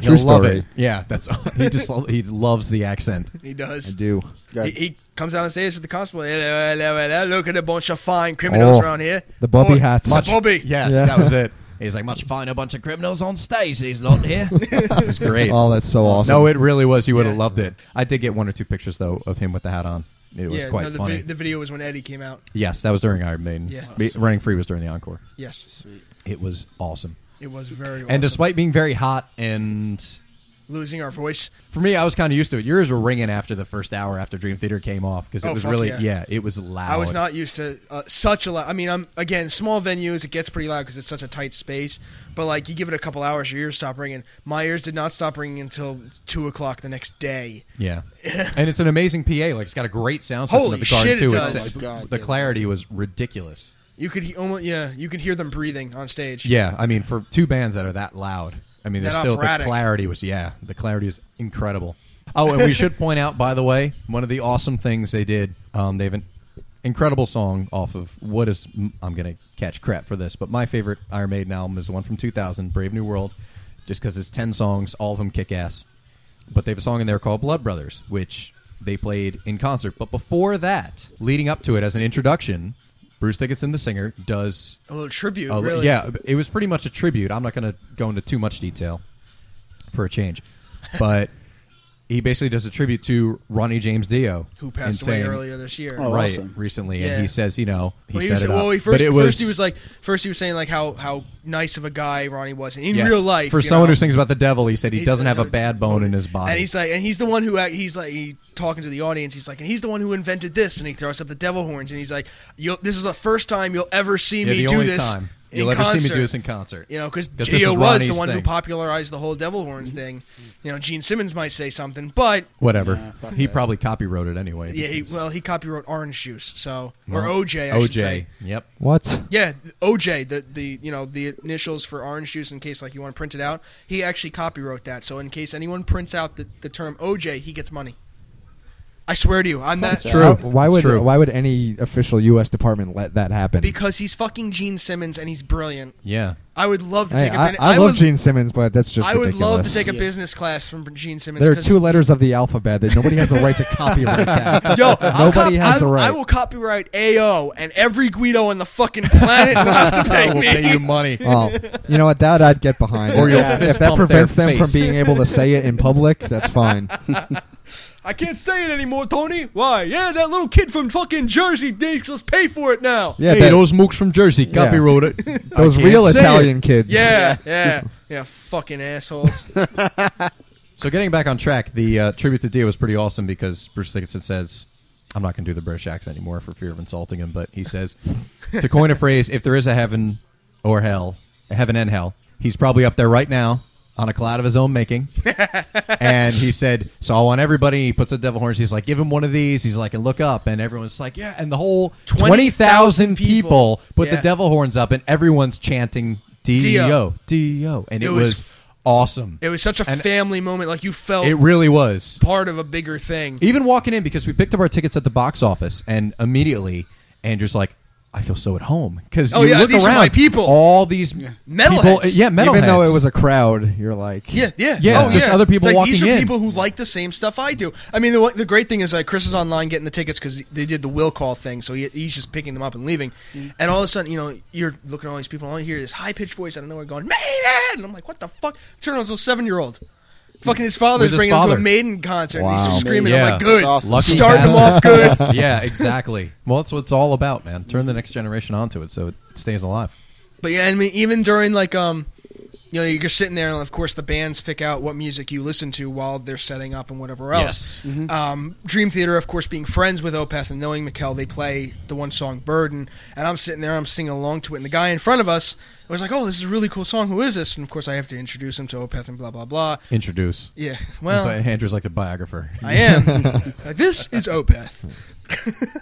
S4: He'll love
S3: story.
S4: it. Yeah, that's he just lo- he loves the accent.
S1: He does.
S3: I do.
S2: Got-
S1: He, he comes down the stage with the constable. Hello, hello, hello. Look at a bunch of fine criminals
S3: Oh,
S1: around here.
S3: the bobby
S1: Boy,
S3: hats.
S1: the
S3: Much-
S1: bobby.
S4: Yes,
S3: Yeah.
S4: that
S3: (laughs)
S4: was it. He's like, much finer bunch of criminals on stage, these lot
S1: (laughs)
S4: here. it was great.
S3: Oh, that's so awesome.
S4: No, it really was. You would have
S1: Yeah.
S4: loved it. I did get one or two pictures, though, of him with the hat on. It was
S1: yeah,
S4: quite
S1: no, the,
S4: funny.
S1: vi- the video was when Eddie came out.
S4: yes, that was during Iron Maiden.
S1: Yeah.
S4: Be- Running Free was during the encore.
S1: Yes,
S4: It was awesome.
S1: it was very.
S4: And
S1: awesome.
S4: despite being very hot and
S1: losing our voice.
S4: For me, I was kind of used to it. Yours were ringing after the first hour after Dream Theater came off because it
S1: Oh,
S4: was
S1: fuck
S4: really
S1: yeah.
S4: yeah. it was loud.
S1: I was not used to uh, such a loud. I mean, I'm again small venues. It gets pretty loud because it's such a tight space. But like, you give it a couple hours, your ears stop ringing. My ears did not stop ringing until two o'clock the next day. (laughs)
S4: Yeah, and it's an amazing PA. Like it's got a great sound system
S1: Holy
S4: at the car
S1: shit, it
S4: too.
S1: does.
S4: It's-
S2: Oh my God,
S4: the
S2: yeah.
S4: clarity was ridiculous.
S1: You could he- almost yeah, you could hear them breathing on stage.
S4: Yeah, I mean for two bands that are that loud, I mean
S1: That
S4: they're still
S1: operatic.
S4: the clarity was yeah, the clarity is incredible. Oh, and we should point out by the way, one of the awesome things they did, um, they have an incredible song off of what is I'm gonna catch crap for this, but my favorite Iron Maiden album is the one from 2000, Brave New World, just because it's ten songs, all of them kick ass. But they have a song in there called Blood Brothers, which they played in concert. But before that, leading up to it as an introduction, Bruce Dickinson, the singer, does
S1: a little tribute.
S4: uh,
S1: really.
S4: Yeah, it was pretty much a tribute. I'm not going to go into too much detail for
S1: (laughs)
S4: a change, but he basically does a tribute to Ronnie James Dio,
S1: who
S4: and
S1: passed away
S4: saying-
S1: earlier this year.
S2: Oh,
S4: right
S2: awesome.
S4: recently,
S1: Yeah.
S4: and he says, you know, he
S1: well, he
S4: set
S1: was,
S4: it
S1: well,
S4: up.
S1: he
S4: But
S1: first,
S4: it
S1: first he was like, first he was saying like how how nice of a guy Ronnie was in
S4: yes,
S1: real life.
S4: for
S1: you
S4: someone
S1: know?
S4: who sings about the devil, he said he
S1: He's-
S4: doesn't have a bad bone in his body.
S1: And he's like, and he's the one who act- he's like, he talking to the audience. He's like, and he's the one who invented this. And he throws up the devil horns, and he's like, you'll, "This is the first time you'll ever see
S4: yeah,
S1: me
S4: the
S1: do
S4: only
S1: this
S4: time
S1: in
S4: you'll ever see me
S1: concert."
S4: do this in concert.
S1: You know, because
S4: 'Cause this
S1: Geo was
S4: is
S1: the
S4: Ronnie's
S1: one who
S4: thing.
S1: popularized the whole devil horns thing. You know, Gene Simmons might say something, but
S4: Whatever.
S2: Nah, fuck
S4: he
S2: that.
S4: probably copywrote it anyway.
S1: yeah, he,
S4: because-
S1: well, he copywrote Orange Juice, so or
S4: Well,
S1: OJ, I should
S4: OJ.
S1: say.
S4: Yep.
S3: What?
S1: Yeah, OJ, the the you know the initials for orange juice in case like you want to print it out. He actually copywrote that, so in case anyone prints out the, the term OJ, he gets money. I swear to you, I'm that
S2: Fuck True.
S3: Why- Why
S4: It's
S3: would
S4: true.
S3: why would any official U.S. department let that happen?
S1: because he's fucking Gene Simmons and he's brilliant.
S4: Yeah.
S1: I would love to
S3: Hey,
S1: take a
S3: I,
S1: minute.
S3: I love
S1: would,
S3: Gene Simmons, but that's just
S1: I would love to
S3: ridiculous.
S1: take a
S2: Yeah.
S1: business class from Gene Simmons.
S3: There are
S1: 'cause-
S3: two letters of the alphabet that nobody has the right to copyright. That.
S1: (laughs) Yo, I'll cop-
S3: nobody has the
S1: I'll-
S3: right.
S1: I will copyright AO, and every Guido on the fucking planet will have
S3: (laughs)
S1: to pay
S4: I will
S1: me.
S4: pay you
S1: (laughs)
S4: money.
S3: Well, Oh, you know what? That I'd get behind.
S4: Or you'll
S3: if,
S4: fist
S3: if that
S4: bump their
S3: prevents them from
S4: face.
S3: being able to say it in public, that's
S1: (laughs)
S3: fine.
S1: I can't say it anymore, Tony. Why? Yeah, that little kid from fucking Jersey makes us pay for it now.
S3: Yeah,
S4: hey,
S3: that-
S4: those mooks from Jersey
S3: Yeah.
S4: copywrote it.
S3: those
S4: can't
S3: real
S4: say
S3: Italian kids.
S1: Yeah, yeah, yeah. Fucking
S4: (laughs)
S1: assholes.
S4: So getting back on track, the uh, tribute to Dio was pretty awesome because Bruce Dickinson says, "I'm not going to do the British accent anymore for fear of insulting him," but he says, to coin a phrase, if there is a heaven or hell, a heaven and hell, he's probably up there right now on a cloud of his own (laughs) making. and he said, "So I want everybody." He puts the devil horns. He's like, "Give him one of these." He's like, "And look up," and everyone's like, "Yeah!" And the whole
S1: 20,000
S4: 20,000
S1: people.
S4: people put
S1: Yeah.
S4: the devil horns up, and everyone's chanting
S1: Dio.
S4: "Dio, Dio," and
S1: It
S4: it,
S1: was-
S4: was, awesome.
S1: It was such a
S4: And-
S1: family moment. Like you felt
S4: It really was.
S1: part of a bigger thing.
S4: Even walking in because we picked up our tickets at the box office, and immediately Andrew's like, "I feel so at home." Because
S1: Oh,
S4: you
S1: yeah,
S4: look
S1: these are
S4: around,
S1: my people.
S4: all these people,
S1: Metalheads.
S4: yeah, metal
S3: Even though it was a crowd, you're like,
S1: Yeah, yeah,
S4: Yeah,
S1: Oh,
S4: just
S1: yeah.
S4: other people
S1: It's like, These
S4: walking
S1: are
S4: in.
S1: people who like the same stuff I do. I mean, the, one- the great thing is like Chris is online getting the tickets because they did the will call thing, so he, he's just picking them up and leaving.
S4: Mm.
S1: And all of a sudden, you know, you're looking at all these people, and all you hear is this high pitched voice out of nowhere going Maiden, and I'm like, what the fuck? Turn on a seven year old. Fucking his father's
S4: With his
S1: bringing him
S4: father.
S1: to a Maiden concert, and he's
S3: Wow.
S1: just screaming.
S4: Yeah.
S1: I'm like, good,
S2: That's awesome.
S4: Lucky
S1: start him
S4: (laughs)
S1: off good.
S4: yeah, exactly. Well, that's what it's all about, man. Turn the next generation onto it so it stays alive.
S1: But yeah, I mean, even during like um, you know, you're just sitting there, and of course the bands pick out what music you listen to while they're setting up and whatever else.
S4: Yes.
S1: Um, Dream Theater, of course, being friends with Opeth and knowing Mikkel, they play the one song "Burden," and I'm sitting there, I'm singing along to it, and the guy in front of us was like, "Oh, this is a really cool song. Who is this?" And of course, I have to introduce him to Opeth and blah blah blah.
S4: Introduce.
S1: Yeah,
S4: It's
S1: well,
S4: like- Andrew's like the biographer.
S1: I am. Uh, this is Opeth.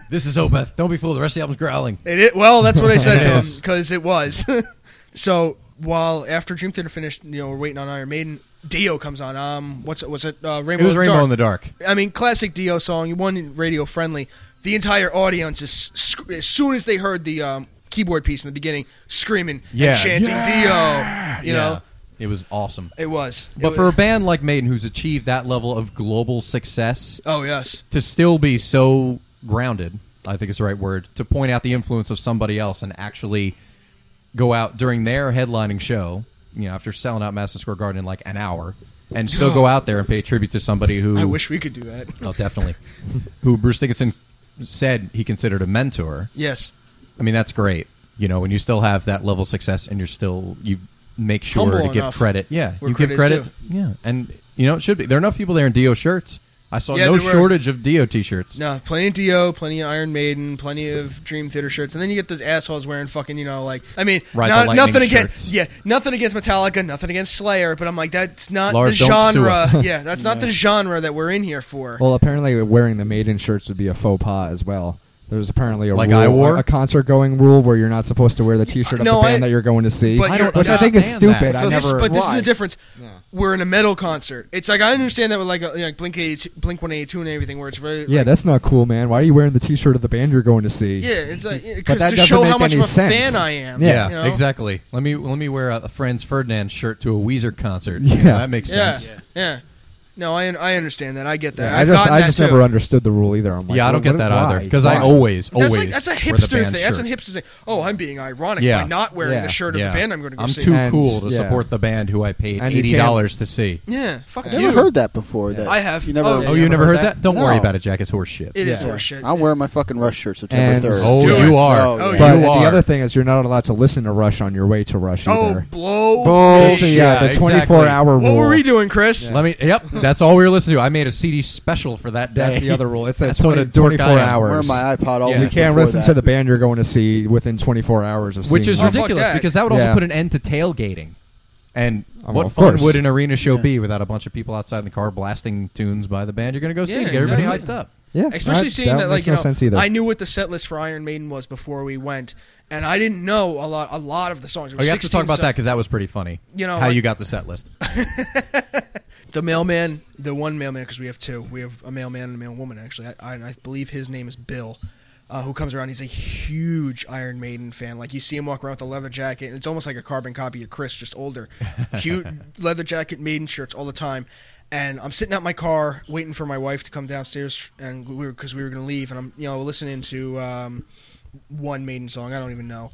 S4: this is Opeth. Don't be fooled. The rest of the album's growling.
S1: It, i- well, that's what I said to him
S4: (laughs) Yes.
S1: because it was. (laughs) so while after Dream Theater finished, you know, we're waiting on Iron Maiden. Dio comes on. Um, what's it? Was it uh, Rainbow?
S4: It
S1: in
S4: was
S1: the
S4: Rainbow
S1: Dark.
S4: in the Dark.
S1: I mean, classic Dio song. One radio friendly. The entire audience is sc- as soon as they heard the um, keyboard piece in the beginning, screaming
S4: Yeah.
S1: and chanting Dio. You know,
S4: Yeah. it was awesome.
S1: it was. It
S4: But for
S1: wa-
S4: a band like Maiden, who's achieved that level of global success,
S1: oh yes,
S4: to still be so grounded, I think is the right word, to point out the influence of somebody else and actually go out during their headlining show, you know, after selling out Madison Square Garden in like an hour, and still go out there and pay tribute to somebody who
S1: Oh. I wish we could do that.
S4: Oh, definitely. (laughs) who Bruce Dickinson said he considered a mentor.
S1: Yes.
S4: I mean, that's great. You know, when you still have that level of success and you're still you make sure
S1: Humble
S4: to give
S1: enough
S4: credit. Yeah,
S1: where
S4: you give
S1: credit is
S4: credit. Yeah, and you know it should be. There are enough people there in Dio shirts. I saw
S1: Yeah,
S4: no
S1: there were.
S4: shortage of Dio t-shirts.
S1: No, plenty of Dio, plenty of Iron Maiden, plenty of Dream Theater shirts, and then you get those assholes wearing fucking, you know, like I mean,
S4: Ride
S1: not,
S4: the Lightning
S1: nothing
S4: shirts.
S1: against, yeah, nothing against Metallica, nothing against Slayer, but I'm like, that's not
S4: Lars,
S1: the
S4: don't sue
S1: genre. (laughs)
S4: us.
S1: yeah, that's not the genre that we're in here for.
S3: Well, apparently wearing the maiden shirts would be a faux pas as well. There's apparently a
S4: Like
S3: rule,
S4: I wore?
S3: a concert going rule where you're not supposed to wear the T-shirt of
S1: no,
S3: the band
S1: I-
S3: that you're going to see,
S1: but I don't
S3: which I think is
S4: understand
S3: stupid.
S4: that.
S3: I
S1: So this-
S3: never.
S1: but this is
S2: why?
S1: the difference. We're in a metal concert. It's like I understand that with like a, like Blink 82, Blink One Eighty Two and everything, where it's very
S3: yeah,
S1: like-
S3: that's not cool, man. Why are you wearing the T-shirt of the band you're going to see?
S1: yeah, it's like because
S3: But that
S1: to
S3: doesn't
S1: show
S3: make
S1: how much
S3: any
S1: of a
S3: sense.
S1: fan I am.
S3: Yeah,
S1: you know?
S4: exactly. Let me let me wear a, a Franz Ferdinand shirt to a Weezer concert.
S3: Yeah.
S4: You know, that makes
S1: Yeah,
S4: sense.
S1: yeah, No, I I understand that. I get that.
S3: Yeah,
S1: I've
S3: I just
S1: gotten
S3: I
S1: that
S3: just
S1: too.
S3: never understood the rule either. I'm like,
S4: Yeah, I
S3: well,
S4: don't get
S3: what-
S4: that
S3: why?
S4: either because I
S3: Why?
S4: always
S1: That's
S4: always
S1: like that's a
S4: wear the
S1: hipster
S4: band
S1: thing. That's a
S4: shirt.
S1: hipster thing. Oh, I'm being ironic
S4: Yeah.
S1: by not wearing
S3: Yeah.
S1: the shirt of
S4: Yeah.
S1: the band I'm going to go
S4: I'm
S1: see.
S4: too
S3: And-
S4: cool to
S3: yeah.
S4: support the band who I paid
S3: And you
S4: eighty
S3: can't-
S4: dollars to see.
S1: yeah, fuck
S2: I
S1: you.
S2: never heard that before. That
S1: I have.
S2: You never.
S1: Oh,
S4: Oh,
S1: you
S4: you never heard
S1: that?
S4: that? Don't worry
S2: No.
S4: about it, Jack. It's horse shit.
S1: It is
S3: Yeah.
S1: horseshit.
S2: I'm wearing my fucking Rush shirt September
S3: And-
S2: third.
S4: Oh,
S1: Do it.
S4: you are.
S2: Oh,
S1: yeah.
S3: But
S4: you
S3: the
S4: are.
S3: other thing is, you're not allowed to listen to Rush on your way to Rush
S1: oh,
S3: either.
S1: blow.
S3: Oh,
S1: me.
S3: yeah,
S4: Yeah,
S3: the 24 hour rule.
S1: What were we doing, Chris?
S4: Let me. Yep, that's all we were listening to. I made a CD special for that day.
S3: That's the other rule. It's that
S4: That's what
S3: 20,
S4: a dork
S3: 24
S4: I am.
S3: hours.
S2: Wearing my iPod all
S4: Yeah.
S2: week.
S4: You
S3: Oh, can't
S2: before
S3: listen
S2: that.
S3: to the band you're going to see within 24 hours of
S4: which
S3: seeing
S4: is
S1: Oh,
S3: them.
S1: fuck
S4: ridiculous
S1: that.
S4: because that would also
S3: Yeah.
S4: put an end to tailgating. And
S3: Oh,
S4: what
S3: of
S4: fun
S3: course.
S4: would an arena show be without a bunch of people outside in the car blasting tunes by the band you're going to go see?
S1: Yeah,
S4: Get everybody
S1: exactly.
S4: hyped up.
S3: yeah,
S1: Especially
S3: that-
S1: seeing that,
S3: that
S1: like
S3: makes
S1: you
S3: no
S1: know,
S3: sense either.
S1: I knew what the set list for Iron Maiden was before we went, and I didn't know a lot a lot of the songs. There
S4: Oh,
S1: were
S4: you have to
S1: 16
S4: talk about that
S1: songs.
S4: because that was pretty funny.
S1: You know,
S4: how
S1: like-
S4: you got the set list.
S1: The mailman, the one mailman, because we have two. We have a mailman and a mailwoman, actually. I, I, I believe his name is Bill, uh, who comes around. He's a huge Iron Maiden fan. Like, you see him walk around with a leather jacket, and it's almost like a carbon copy of Chris, just older. Cute leather jacket, Maiden shirts all the time. And I'm sitting out my car waiting for my wife to come downstairs, and we were because we were gonna leave, and I'm you know listening to um, one Maiden song. I don't even know.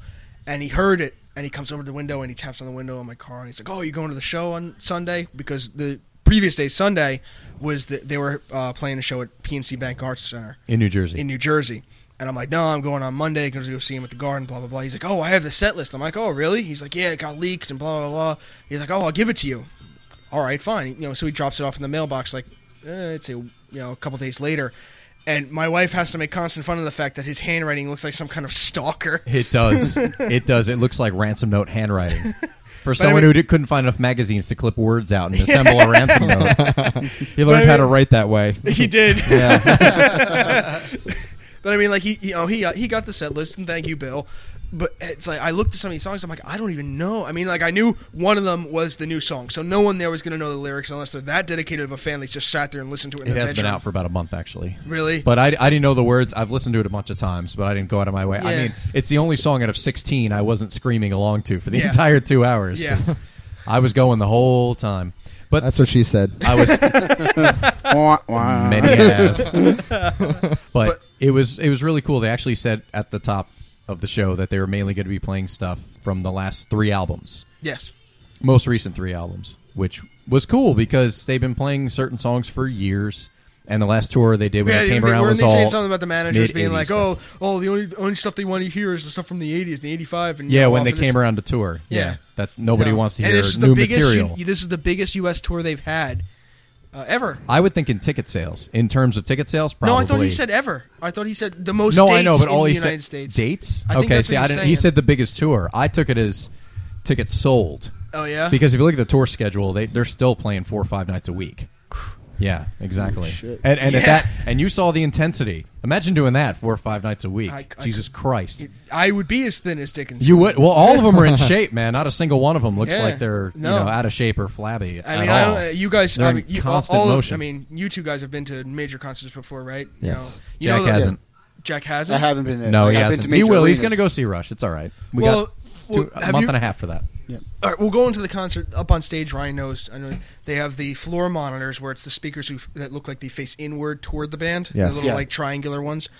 S1: And he heard it, and he comes over to the window and he taps on the window of my car, and he's like, "Oh, you going to the show on Sunday?" Because the previous day, Sunday, was that they were uh, playing a show at PNC Bank Arts Center
S4: in New Jersey.
S1: in New Jersey. And I'm like, no, I'm going on Monday. Going to go see him at the Garden. Blah blah blah. He's like, oh, I have the set list. I'm like, oh, really? He's like, yeah, it got leaked and blah blah blah. He's like, oh, I'll give it to you. All right, fine. You know, so he drops it off in the mailbox. Like, eh, it's a you know a couple days later, and my wife has to make constant fun of the fact that his handwriting looks like some kind of stalker. (laughs)
S4: it does. it does. It looks like ransom note handwriting. For
S1: I
S4: someone
S1: mean-
S4: who did, couldn't find enough magazines to clip words
S1: (laughs)
S4: out and assemble a ransom note,
S3: he learned
S1: But I
S3: how to
S1: mean-
S3: write that way.
S1: he
S4: (laughs)
S1: did.
S3: yeah,
S1: (laughs) But I mean, like he, you know, he uh, he got the set list, and thank you, Bill. But it's like I looked at some of these songs. I'm like, I don't even know. I mean, like I knew one of them was the new song, so no one there was gonna know the lyrics unless they're that dedicated of a fan. They just sat there and listened to it. In
S4: it
S1: their
S4: has been
S1: bedroom.
S4: out for about a month actually.
S1: Really?
S4: But I, I didn't know the words. I've listened to it a bunch of times, but I didn't go out of my way. I
S1: Yeah.
S4: mean, it's the only song out of 16 I wasn't screaming along to for the
S1: Yeah.
S4: entire two hours.
S1: Yeah.
S4: 'cause I was going the whole time. But
S3: that's what she said.
S4: I was
S2: Wah, wah. (laughs)
S4: many have.
S1: (laughs)
S4: but, it was it was really cool. They actually said at the top of the show that they were mainly going to be playing stuff from the last three albums,
S1: Yes.
S4: most recent three albums, which was cool because they've been playing certain songs for years. And the last tour they did when
S1: Yeah,
S4: they
S1: they,
S4: came
S1: they,
S4: around
S1: weren't
S4: was
S1: they
S4: all
S1: saying something about the managers being
S4: mid-eighties
S1: like,
S4: stuff.
S1: "Oh, oh, the only only stuff they want to hear is the stuff from the '80s, the '85." And you
S4: Yeah,
S1: know,
S4: when
S1: off
S4: they
S1: of this-
S4: came around to tour. Yeah.
S1: Yeah.
S4: That nobody
S1: No.
S4: wants to
S1: And
S4: hear
S1: this is the
S4: new
S1: biggest,
S4: material.
S1: This is the biggest U.S. tour they've had uh, ever.
S4: I would think in ticket sales, in terms of ticket sales, probably.
S1: No, I thought he said ever. I thought he said the most.
S4: No,
S1: dates
S4: I know, but
S1: Oh, in
S4: all
S1: the
S4: he
S1: United
S4: said
S1: States
S4: dates.
S1: I think
S4: okay,
S1: that's
S4: see,
S1: what
S4: I
S1: he's
S4: didn't. He
S1: saying.
S4: said the biggest tour. I took it as tickets sold
S1: Oh yeah.
S4: because if you look at the tour schedule, they they're still playing four or five nights a week. Yeah, exactly.
S2: shit.
S4: And and at
S1: Yeah.
S4: that, and you saw the intensity. Imagine doing that four or five nights a week.
S1: I- I
S4: Jesus Christ.
S1: I would be as thin as Dickinson.
S4: You would well. All of them
S1: (laughs)
S4: are in shape, man. Not a single one of them looks
S1: Yeah.
S4: like they're
S1: No.
S4: you know out of shape or flabby.
S1: I
S4: at
S1: mean, I
S4: all.
S1: don't, uh, you guys,
S4: They're
S1: I
S4: in
S1: mean, you,
S4: constant
S1: all
S4: motion.
S1: Of, I mean, you two guys have been to major concerts before, right?
S3: Yes.
S1: You know,
S4: Jack
S1: you know that-
S4: hasn't.
S1: Jack
S2: I
S1: hasn't.
S2: haven't been.
S4: No,
S2: like,
S4: he
S2: I've
S4: hasn't.
S2: Been to
S4: He
S2: major
S4: will. He's going to
S2: arenas.
S4: go see Rush. It's all right. We
S1: Well,
S4: got two,
S1: well,
S4: a
S1: have
S4: month
S1: you-
S4: and a half for that.
S1: All right, we'll go into the concert up on stage. Ryan knows. I know they have the floor monitors where it's the speakers who, that look like they face inward toward the band. The
S3: Yes.
S1: little
S2: Yeah.
S1: like triangular ones.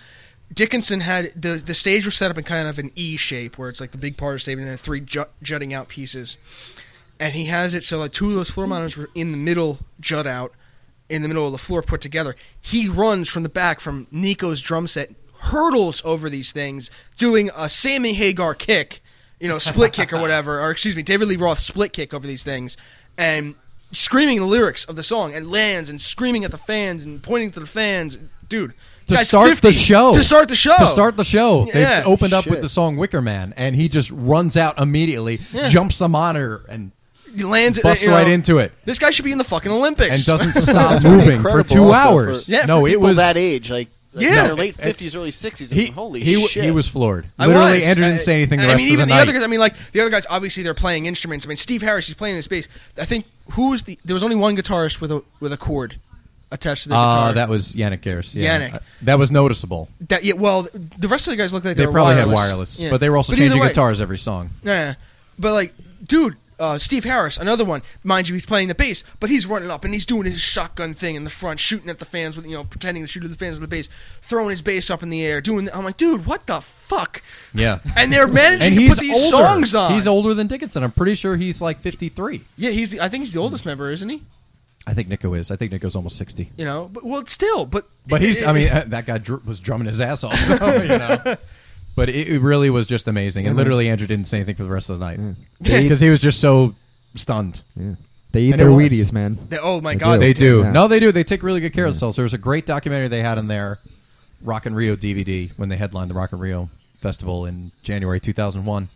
S1: Dickinson had the the stage was set up in kind of an E shape where it's like the big part is saving and then three ju- jutting out pieces, and he has it so like two of those floor monitors were in the middle jut out, in the middle of the floor put together. He runs from the back from Nico's drum set, hurdles over these things, doing a Sammy Hagar kick you know, split kick or whatever, or excuse me, David Lee Roth split kick over these things, and screaming the lyrics of the song and lands and screaming at the fans and pointing to the fans, dude.
S4: to
S1: guy's
S4: start
S1: 50.
S4: the show.
S1: To start the show.
S4: To start the show.
S1: Yeah.
S4: They opened up with
S2: Shit.
S4: the song Wicker Man, and he just runs out immediately,
S1: Yeah.
S4: jumps the monitor, and
S1: He lands
S4: busts
S1: you know,
S4: right into it,
S1: This guy should be in the fucking Olympics.
S4: and doesn't stop
S2: pretty
S4: moving for
S2: incredible
S4: two
S2: also
S4: hours.
S2: for-
S1: Yeah,
S4: no,
S1: for
S4: it
S2: People
S4: was
S2: that age, like
S1: Yeah.
S2: yeah, their late
S4: It's-
S2: fifties, early sixties.
S4: He,
S2: Holy
S4: he, w-
S2: shit!
S4: he was floored.
S1: I
S4: Literally,
S1: was.
S4: Andrew
S1: I-
S4: didn't say anything the
S1: I
S4: rest
S1: mean,
S4: of
S1: even
S4: the,
S1: the
S4: night.
S1: other guys. I mean, like the other guys. Obviously, they're playing instruments. I mean, Steve Harris, he's playing this bass. I think who's the? There was only one guitarist with a with a cord attached to the
S4: Ah,
S1: guitar.
S4: that was Yannick Garris. Yeah.
S1: Yannick.
S4: Uh, That was noticeable.
S1: That- yeah, well, the rest of the guys looked like
S4: They,
S1: were
S4: probably
S1: wireless.
S4: had wireless,
S1: Yeah.
S4: but they were also
S1: But either
S4: changing
S1: way-
S4: guitars every song.
S1: Yeah, but like, dude. Uh, Steve Harris, another one, mind you, he's playing the bass, but he's running up and he's doing his shotgun thing in the front, shooting at the fans with you know, pretending to shoot at the fans with the bass, throwing his bass up in the air, doing. The, I'm like, dude, what the fuck?
S4: Yeah.
S1: And they're managing
S4: And
S1: to
S4: he's
S1: put these
S4: older.
S1: songs on.
S4: He's older than Dickinson. I'm pretty sure he's like 53.
S1: Yeah, he's. The, I think he's the oldest member, isn't he?
S4: I think Nico is. I think Nico's almost 60.
S1: You know, but well, still, but
S4: But he's,
S1: (laughs)
S4: I mean, (laughs) uh, that guy dr- was drumming his ass off. (laughs) you know? But it, it really was just amazing. And literally, Andrew didn't say anything for the rest of the night because he was just so stunned.
S3: Yeah. (laughs) They eat
S4: And
S3: their
S4: it was.
S3: Wheaties, man.
S1: They- oh my
S3: They
S1: god,
S3: do.
S4: They do.
S3: Yeah.
S4: No, they do. They take really good care of themselves. There was a great documentary they had in their Rock and Rio DVD when they headlined the Rock and Rio Festival in January 2001.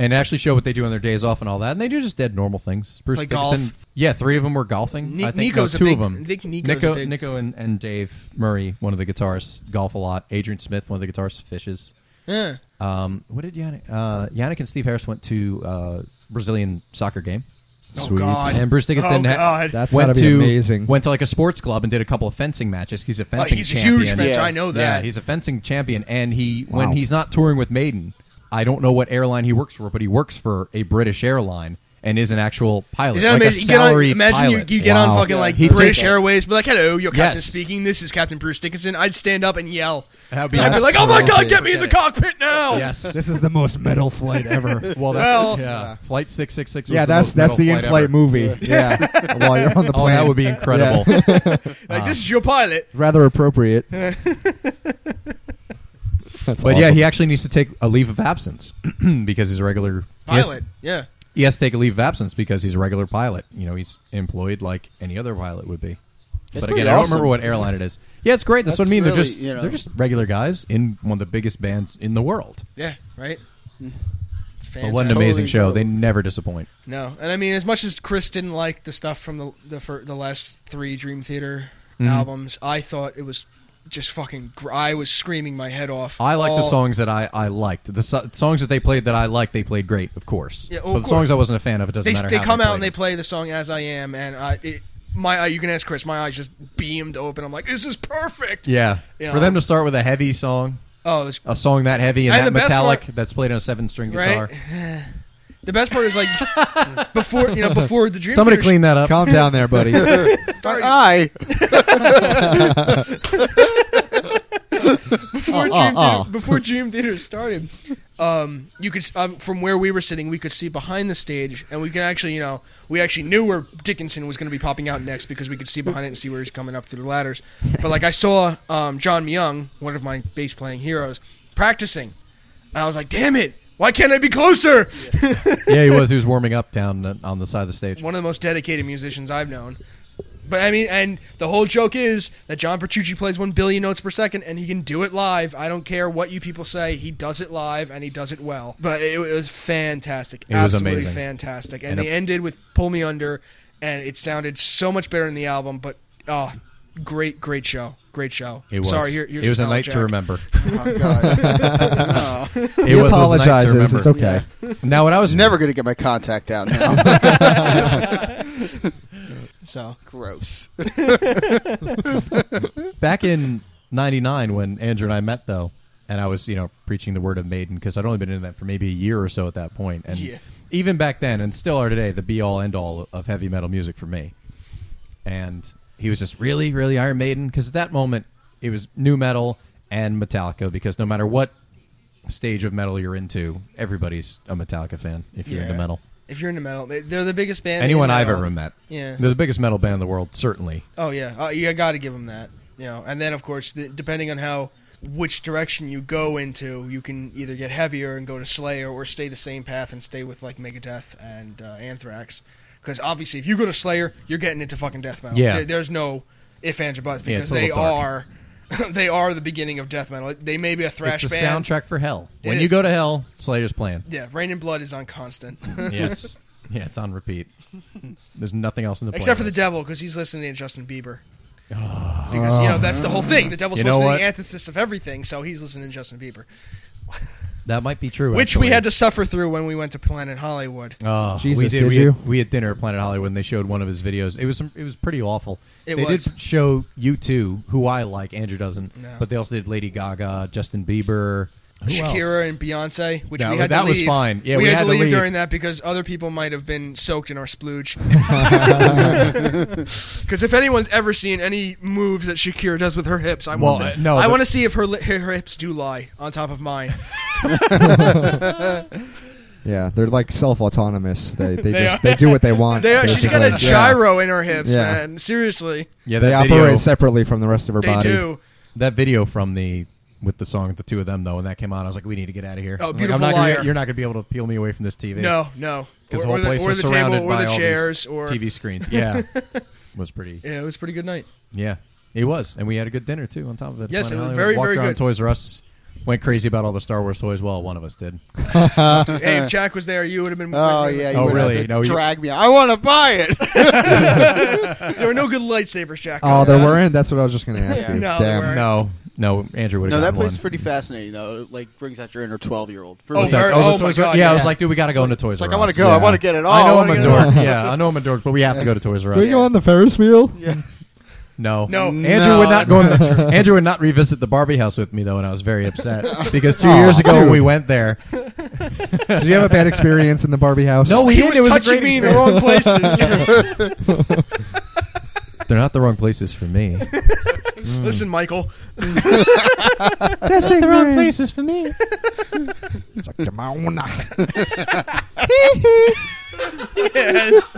S4: And actually show what they do on their days off and all that. And they do just dead normal things. Bruce
S1: Play
S4: Dickinson-
S1: golf.
S4: Yeah, three of them were golfing.
S1: Ni-
S4: I think
S1: Nico's
S4: no,
S1: a
S3: two
S1: big-
S4: of them.
S1: I think Nico's
S4: Nico,
S1: a big-
S4: Nico and, and Dave Murray, one of the guitarists, golf a lot. Adrian Smith, one of the guitarists, fishes.
S1: Yeah.
S4: Um, what did Yannick? Uh, Yannick and Steve Harris went to uh, Brazilian soccer game.
S1: Oh,
S3: Sweet.
S1: God.
S4: And Bruce Dickinson
S1: Oh,
S4: ha-
S1: God.
S3: That's
S4: went
S3: gotta be
S4: to
S3: amazing.
S4: went to like a sports club and did a couple of fencing matches. He's a
S1: Oh,
S4: fencing
S1: he's a
S4: champion.
S1: huge fence.
S2: Yeah.
S1: I know
S4: Yeah,
S1: that.
S4: he's a fencing champion, and he
S3: Wow.
S4: when he's not touring with Maiden, I don't know what airline he works for, but he works for a British airline and is an actual pilot,
S1: Is that
S4: like
S1: amazing?
S4: a
S1: You get on-
S4: salary
S1: imagine you,
S4: pilot.
S1: you get
S3: Wow.
S1: on fucking like
S4: He
S1: British
S4: takes-
S1: Airways, be like, "Hello, your captain
S4: Yes.
S1: speaking. This is Captain Bruce Dickinson." I'd stand up and yell.
S4: That'd be
S1: I'd be
S4: awesome.
S1: like, "Oh my god,
S4: Awesome.
S1: get me in the
S4: Get it.
S1: cockpit now!"
S4: (laughs) Yes.
S3: This is the most metal flight ever.
S4: Well, that's,
S1: Well-
S4: yeah. Flight six six six.
S3: yeah, that's that's the in-flight movie. Yeah, while you're on the
S4: Oh,
S3: plane, (laughs)
S4: that would be incredible.
S1: Like
S4: Uh-huh.
S1: this is your pilot.
S3: rather appropriate. That's
S4: But yeah,
S3: awesome.
S4: he actually needs to take a leave of absence (clears throat) because he's a regular he has-
S1: Pilot. Yeah.
S4: he has to take a leave of absence because he's a regular pilot. You know, he's employed like any other pilot would be.
S2: That's
S4: but
S2: pretty
S4: again, I don't
S2: awesome.
S4: remember what airline it is. Yeah, it's great. That's, what I
S2: That's
S4: mean. they're
S2: really,
S4: just
S2: you know-
S4: they're just regular guys in one of the biggest bands in the world.
S1: Yeah. Right. It's
S4: But
S1: fantastic.
S4: what an
S2: Totally
S4: amazing show!
S2: incredible.
S4: They never disappoint.
S1: No, and I mean, as much as Chris didn't like the stuff from the the, fir- the last three Dream Theater
S4: Mm-hmm.
S1: albums, I thought it was just fucking. Gr- I was screaming my head off.
S4: I like the
S1: all-
S4: songs that I, I liked. The so- songs that they played that I liked, they played great, of course.
S1: Yeah, well,
S4: but the
S1: of
S4: songs I wasn't a fan of, it doesn't
S1: They,
S4: matter.
S1: they
S4: how
S1: come out
S4: played
S1: and
S4: it.
S1: they play the song "As I Am," and I, it, my eye, you can ask Chris. My eyes just beamed open. I'm like, this is perfect.
S4: Yeah.
S1: You
S4: For
S1: know.
S4: them to start with a heavy song,
S1: Oh, it was,
S4: a song that heavy and,
S1: And
S4: that
S1: the best
S4: metallic
S1: part-
S4: that's played on a seven string guitar.
S1: right. (sighs) The best part is like (laughs) before you know before the Dream
S4: Somebody
S1: Theater
S4: clean that up.
S3: calm down
S1: (laughs)
S3: there, buddy.
S1: started,
S2: I
S1: before,
S3: Oh,
S1: Dream
S3: oh, oh.
S1: Theater, before Dream Theater started, um, you could s- um, from where we were sitting, we could see behind the stage, and we could actually, you know, we actually knew where Dickinson was going to be popping out next because we could see behind it and see where he's coming up through the ladders. But like I saw um, John Young, one of my bass playing heroes, practicing, and I was like, damn it. Why can't I be closer?
S4: yeah, he was. He was warming up down uh, on the side of the stage.
S1: One of the most dedicated musicians I've known. But I mean, and the whole joke is that John Petrucci plays one billion notes per second, and he can do it live. I don't care what you people say; he does it live, and he does it well. But it was fantastic,
S4: It was
S1: absolutely
S4: amazing.
S1: fantastic. And,
S4: And
S1: they
S4: a-
S1: ended with "Pull Me Under," and it sounded so much better in the album. But oh, great, great show, great show.
S4: It was.
S1: Sorry, here, here's
S4: it was
S1: to
S4: a night
S1: Jack. (laughs)
S4: to remember.
S2: Oh,
S4: (laughs)
S2: God. No.
S4: It
S3: he
S4: was
S3: apologizes.
S4: A night to
S3: It's
S4: remember.
S3: okay.
S4: Now, when I was
S2: Never gonna get my contact down
S4: (laughs)
S2: now.
S1: So
S2: Gross.
S4: back in '99 when Andrew and I met, though, and I was you know preaching the word of Maiden because I'd only been into that for maybe a year or so at that point, and
S1: Yeah.
S4: even back then, and still are today, the be all end all of heavy metal music for me. And he was just really, really Iron Maiden because at that moment it was new metal and Metallica because no matter what stage of metal you're into, everybody's a Metallica fan if you're into
S1: yeah.
S4: metal.
S1: If you're into metal, they- they're the biggest band. in
S4: Anyone I've
S1: metal.
S4: ever met.
S1: Yeah.
S4: They're the biggest metal band in the world, certainly.
S1: Oh yeah, uh, you got to give him that. You know, and then of course, the, depending on how which direction you go into, you can either get heavier and go to Slayer, or stay the same path and stay with like Megadeth and uh, Anthrax. Because obviously, if you go to Slayer, you're getting into fucking death metal.
S4: Yeah.
S1: There- there's no if ands or buts
S4: Yeah, it's
S1: because
S4: a
S1: they
S4: little dark.
S1: are, they are (laughs) the beginning of death metal. They may be a thrash
S4: it's the
S1: band.
S4: soundtrack for hell.
S1: It
S4: when you
S1: is.
S4: go to hell, Slayer's playing.
S1: Yeah, Rain and Blood is on constant,
S4: Yes. yeah, it's on repeat. There's nothing else in the
S1: except for the
S4: playlist. Ah.
S1: devil because he's listening to Justin Bieber. Because you know that's the whole thing. The devil's
S4: You know
S1: supposed to be
S4: what?
S1: the antithesis of everything, so he's listening to Justin Bieber,
S4: That might be true.
S1: which we
S4: actually.
S1: had to suffer through when we went to Planet Hollywood.
S4: Oh, we
S3: Jesus,
S4: did.
S3: did
S4: we,
S3: you?
S4: Had, we had dinner at Planet Hollywood, and they showed one of his videos. It was some- it was pretty awful.
S1: It
S4: they
S1: was.
S4: did show you two, who I like, Andrew doesn't,
S1: No.
S4: but they also did Lady Gaga, Justin Bieber, Uh, who
S1: Shakira
S4: else?
S1: and Beyonce, which
S4: No,
S1: we had
S4: that
S1: to
S4: was
S1: leave.
S4: fine. Yeah,
S1: we, had, to leave,
S4: leave.
S1: during that because other people might have been soaked in our
S4: (laughs)
S1: splooge. (laughs) Because if anyone's ever seen any moves that Shakira does with her hips, I
S4: Well,
S1: want
S4: uh,
S1: them.
S4: no,
S1: I
S4: but-
S1: want to see if her li- her her hips do lie on top of
S4: (laughs)
S1: mine.
S3: Yeah, they're like self autonomous. They they,
S1: They
S3: just
S1: are.
S3: they do what they want.
S1: They are, she's got a
S3: basically. Yeah.
S1: gyro in her hips,
S3: Yeah.
S1: man. Seriously,
S4: yeah,
S3: They
S4: that
S3: operate
S4: video,
S3: separately from the rest of her
S1: they
S3: body.
S1: do.
S4: That video from the with the song the two of them though, when that came on, I was like, we need to get out of here.
S1: Oh,
S4: I'm like,
S1: Beautiful
S4: I'm not gonna-
S1: Liar.
S4: you're not going to be able to peel me away from this TV.
S1: No, no,
S4: because the whole place was
S1: table,
S4: surrounded
S1: or
S4: by
S1: the
S4: all
S1: chairs,
S4: these
S1: or
S4: TV
S1: (laughs)
S4: screens. Yeah, was pretty.
S1: Yeah, it was a pretty good
S4: (laughs)
S1: night.
S4: Yeah, it was, and we had a good dinner too. On top of it,
S1: Yes,
S4: Went
S1: it was
S4: around,
S1: very,
S4: walked
S1: very
S4: around
S1: good.
S4: Toys R Us went crazy about all the Star Wars toys. Well, one of us did.
S1: hey, if Jack was there, you would have been.
S2: Oh (laughs) yeah. You
S4: Oh,
S2: would
S4: really?
S2: Have to
S4: No, you-
S2: drag me. I want to buy it.
S1: (laughs) there were no good lightsabers, Jack.
S3: Oh, there weren't. That's what I was just going to
S4: (laughs)
S3: ask you.
S1: No, there
S3: Damn.
S1: weren't.
S4: No, no, Andrew would
S2: no,
S4: have.
S2: that
S4: gotten
S2: place is
S4: one.
S2: pretty fascinating though. It, like brings out your inner twelve year old.
S1: Oh,
S4: What's that?
S1: very-
S4: the
S1: oh my
S4: Toys R-
S1: God,
S4: Yeah, I
S1: yeah.
S4: was like, dude, we got to go into Toys
S2: It's
S4: R Us.
S2: like I want to go. Oh,
S3: Yeah.
S2: I want to get it all.
S4: I know I'm
S2: wanna
S4: a
S2: get it all.
S4: dork. yeah, I know I'm a dork, but we have to go to Toys
S3: (laughs)
S4: R
S3: Can we
S4: Us.
S3: go on the Ferris
S4: (laughs)
S3: wheel?
S4: No,
S1: No.
S4: Andrew
S2: No,
S4: would not
S2: I'm
S4: go. In the, Andrew would not revisit the Barbie house with me though, and I was very upset because two
S3: Aw,
S4: years ago
S3: dude.
S4: we went there.
S3: Did you have a bad experience in the Barbie house?
S4: No, we
S1: he
S4: didn't.
S1: was
S4: it was a
S1: touching
S4: great
S1: me in the
S4: experience.
S1: wrong places.
S4: (laughs)
S1: (laughs)
S4: They're not the wrong places for me.
S1: Listen, Michael. (laughs)
S3: that's the wrong place.
S4: for me. (laughs)
S3: It's like, Demona.
S1: Yes.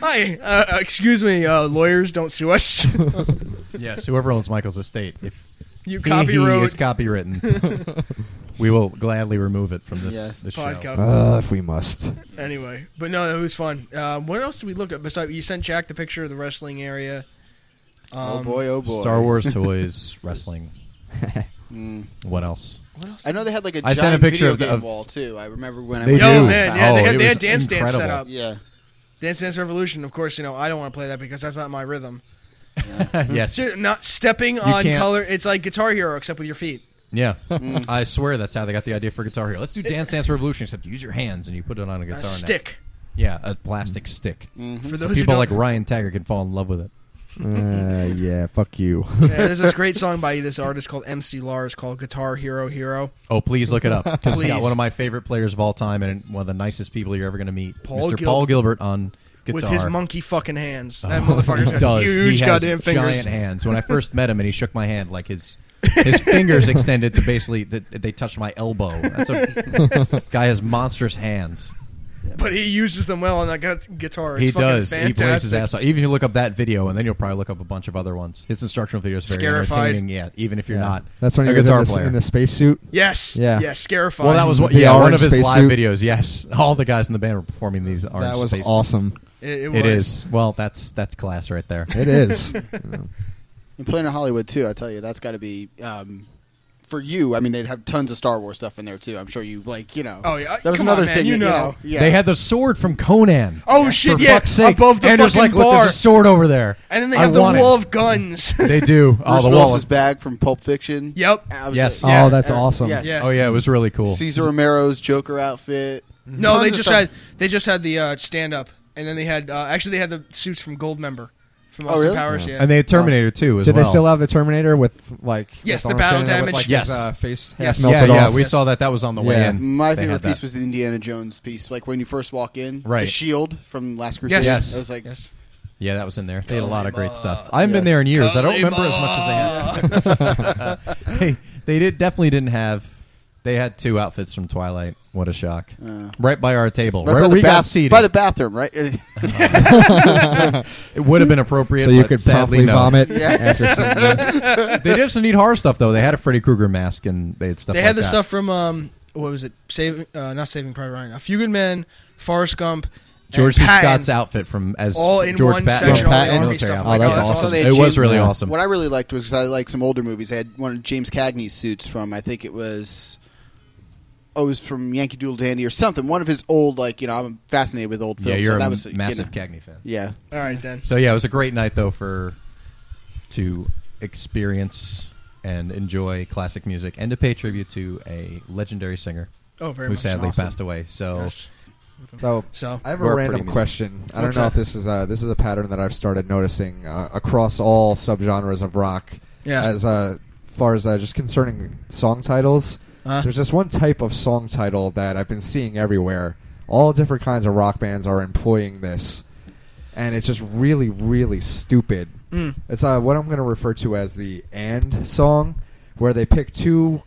S1: Hi. Uh, uh, excuse me. Uh, lawyers, don't sue us. (laughs)
S4: Yes, whoever owns Michael's estate, if
S1: you
S4: (laughs) he- he is
S1: copyright
S4: copywritten, (laughs) we will gladly remove it from this,
S2: Yeah.
S4: this show.
S1: podcast.
S3: Uh, if we
S4: (laughs)
S3: must.
S1: Anyway, but no, it was fun. Um, what else did we look at? Besides, you sent Jack the picture of the wrestling area. Um,
S2: Oh boy. Oh boy.
S4: Um, Star Wars toys, (laughs)
S1: (laughs)
S4: wrestling.
S2: Mm.
S4: What else?
S1: What else?
S2: I know they had like a
S4: I
S2: giant
S4: sent a picture
S2: video
S4: of the-
S2: game
S4: of-
S2: wall too. I remember when I
S4: They
S2: went
S1: Yo,
S4: do.
S1: man, yeah, they
S4: Oh,
S1: had,
S4: it
S1: they had
S4: was
S1: Dance Dance set
S4: incredible.
S1: up.
S2: Yeah.
S1: Dance Dance Revolution. Of course, you know I don't want to play that because that's not my rhythm.
S4: (laughs) yes.
S1: Dude, not stepping on
S4: can't-
S1: color. It's like Guitar Hero except with your feet.
S4: Yeah.
S1: Mm.
S4: I swear that's how they got the idea for Guitar Hero. Let's do Dance Dance Revolution, except you use your hands and you put it on a guitar.
S1: A
S4: neck.
S1: stick.
S4: Yeah, a plastic stick.
S1: For
S4: So
S1: those who
S4: people
S1: don't-
S4: like Ryan Tagger can fall in love with it.
S3: Uh, yeah, fuck you.
S1: Yeah, there's this great song by this artist called MC Lars called Guitar Hero Hero.
S4: Oh, please look it up. Because he's got
S1: Please.
S4: one of my favorite players of all time and one of the nicest people you're ever going to meet.
S1: Paul
S4: Mr.
S1: Gil-
S4: Paul Gilbert on guitar.
S1: With his monkey fucking
S4: (laughs)
S1: hands. That
S4: He
S1: motherfucker's got
S4: does.
S1: huge
S4: he has
S1: goddamn fingers.
S4: giant hands. When I first met him and he shook my hand, like his his fingers extended to basically th- they touched my elbow. That's a (laughs) guy has monstrous hands.
S1: But he uses them well on that gu- guitar. It's
S4: he
S1: fucking
S4: does.
S1: Fantastic.
S4: He plays his ass off. Even if you look up that video, and then you'll probably look up a bunch of other ones. His instructional videos is very
S1: Scarified.
S4: entertaining. Yeah,
S3: (laughs)
S4: even if you're not.
S3: That's when
S4: a
S3: he was in
S4: guitar
S3: the,
S4: player.
S3: in the spacesuit.
S1: Yes.
S3: Yeah.
S1: Yeah. Yes. Scarified.
S4: well, that was one,
S3: the
S4: yeah, one
S3: orange
S4: of his live
S3: spacesuit.
S4: videos. Yes, all the guys in the band were performing these orange.
S3: That was
S4: spacesuits. (laughs)
S3: awesome.
S1: It, it was.
S4: It is. Well, that's that's class right there.
S3: It is. You know.
S2: And Planet Hollywood too. I tell you, that's got to be um, for you. I mean, they'd have tons of Star Wars stuff in there too. I'm sure you like, you know.
S1: Oh, yeah.
S2: That was
S1: Come on,
S2: another
S1: man,
S2: thing.
S1: you
S2: that,
S1: know.
S2: yeah.
S4: They had the sword from Conan.
S1: Oh shit!
S4: For
S1: Yeah.
S4: fuck's sake.
S1: Above the
S4: Andrew's
S1: fucking
S4: like, Look,
S1: bar.
S4: there's a sword over there.
S1: and then they
S4: I
S1: have the
S4: want it.
S1: wall of guns. (laughs)
S4: (laughs) They do. Oh,
S2: Bruce
S4: the wall.
S2: Willis's
S4: Of,
S2: bag from Pulp Fiction.
S1: Yep.
S2: I was-
S4: Yes.
S3: Oh, that's awesome.
S2: Yes.
S1: Yeah.
S4: oh yeah, it was really cool.
S2: Caesar Romero's Joker outfit.
S1: no,
S2: Tons
S1: they
S2: of
S1: just
S2: stuff.
S1: had they just had the uh, stand up, and then they had uh, actually they had the suits from Goldmember, from
S2: Oh,
S1: Austin
S2: really?
S1: Powers. Yeah.
S4: and they had Terminator too as
S3: Did
S4: well.
S3: they still have the Terminator with like?
S1: Yes,
S3: with
S1: the battle
S3: Arnold Schwarzenegger
S1: damage.
S3: With, like,
S4: Yes.
S3: his, uh, face half
S1: Yes.
S4: yeah,
S3: melted
S4: yeah,
S3: off.
S4: we saw that. That was on the way
S3: Yeah.
S4: in.
S2: My
S4: They
S2: favorite
S4: had that.
S2: piece was the Indiana Jones piece, like when you first walk in,
S4: Right.
S2: The shield from Last Crusade.
S1: yes.
S4: Yes.
S2: I was like,
S1: yes.
S4: Yeah, that was in there. They had a lot of great stuff. I haven't been there in years. (laughs) I don't remember as much as they had. hey, they did definitely didn't have. They had two outfits from Twilight. What a shock! right by our table, where
S2: by the
S4: we got
S2: bath-
S4: seated.
S2: by the bathroom, right? (laughs)
S4: it would have been appropriate.
S3: So you
S4: but
S3: could promptly
S4: sadly no. (laughs)
S3: vomit
S2: Yeah.
S3: after seeing that.
S4: They did have some neat horror stuff though. They had a Freddy Krueger mask and they had stuff.
S1: They
S4: like
S1: had the
S4: that.
S1: stuff from um, what was it? Saving, uh, not Saving Private Ryan. A Few Good Men, Forrest Gump, and
S4: George C.
S1: Patton,
S4: Scott's outfit from as
S1: all in
S4: George
S1: one
S4: Patton.
S1: section.
S3: Patton.
S1: All the army
S4: Military
S1: stuff.
S4: outfit.
S1: I'm like,
S3: Oh,
S1: oh,
S3: that's
S1: that's
S3: awesome.
S1: awesome.
S2: They had
S4: It was
S2: James-
S4: really
S2: yeah.
S4: awesome.
S2: What I really liked was because I like some older movies. I had one of James Cagney's suits from I think it was oh, it was from Yankee Doodle Dandy or something. One of his old like you know I'm fascinated with old
S4: Yeah,
S2: films.
S4: you're
S2: so
S4: a
S2: that was you
S4: massive
S2: know,
S4: Cagney fan.
S2: Yeah,
S1: All right then.
S4: So yeah, it was a great night though for to experience and enjoy classic music and to pay tribute to a legendary singer
S1: Oh, very
S4: who
S1: much.
S4: sadly
S1: Awesome.
S4: passed away. So
S1: Yes.
S3: So,
S1: So
S3: I have
S4: We're
S3: a
S4: pretty
S3: random
S4: musical.
S3: question. I don't
S1: What's
S3: know if
S1: that?
S3: this is a, this is a pattern that I've started noticing uh, across all subgenres of rock.
S1: Yeah.
S3: As uh, far as uh, just concerning song titles,
S1: Uh-huh.
S3: there's just one type of song title that I've been seeing everywhere. All different kinds of rock bands are employing this, and it's just really, really stupid.
S1: Mm.
S3: It's uh, what I'm going to refer to as the "and" song, where they pick two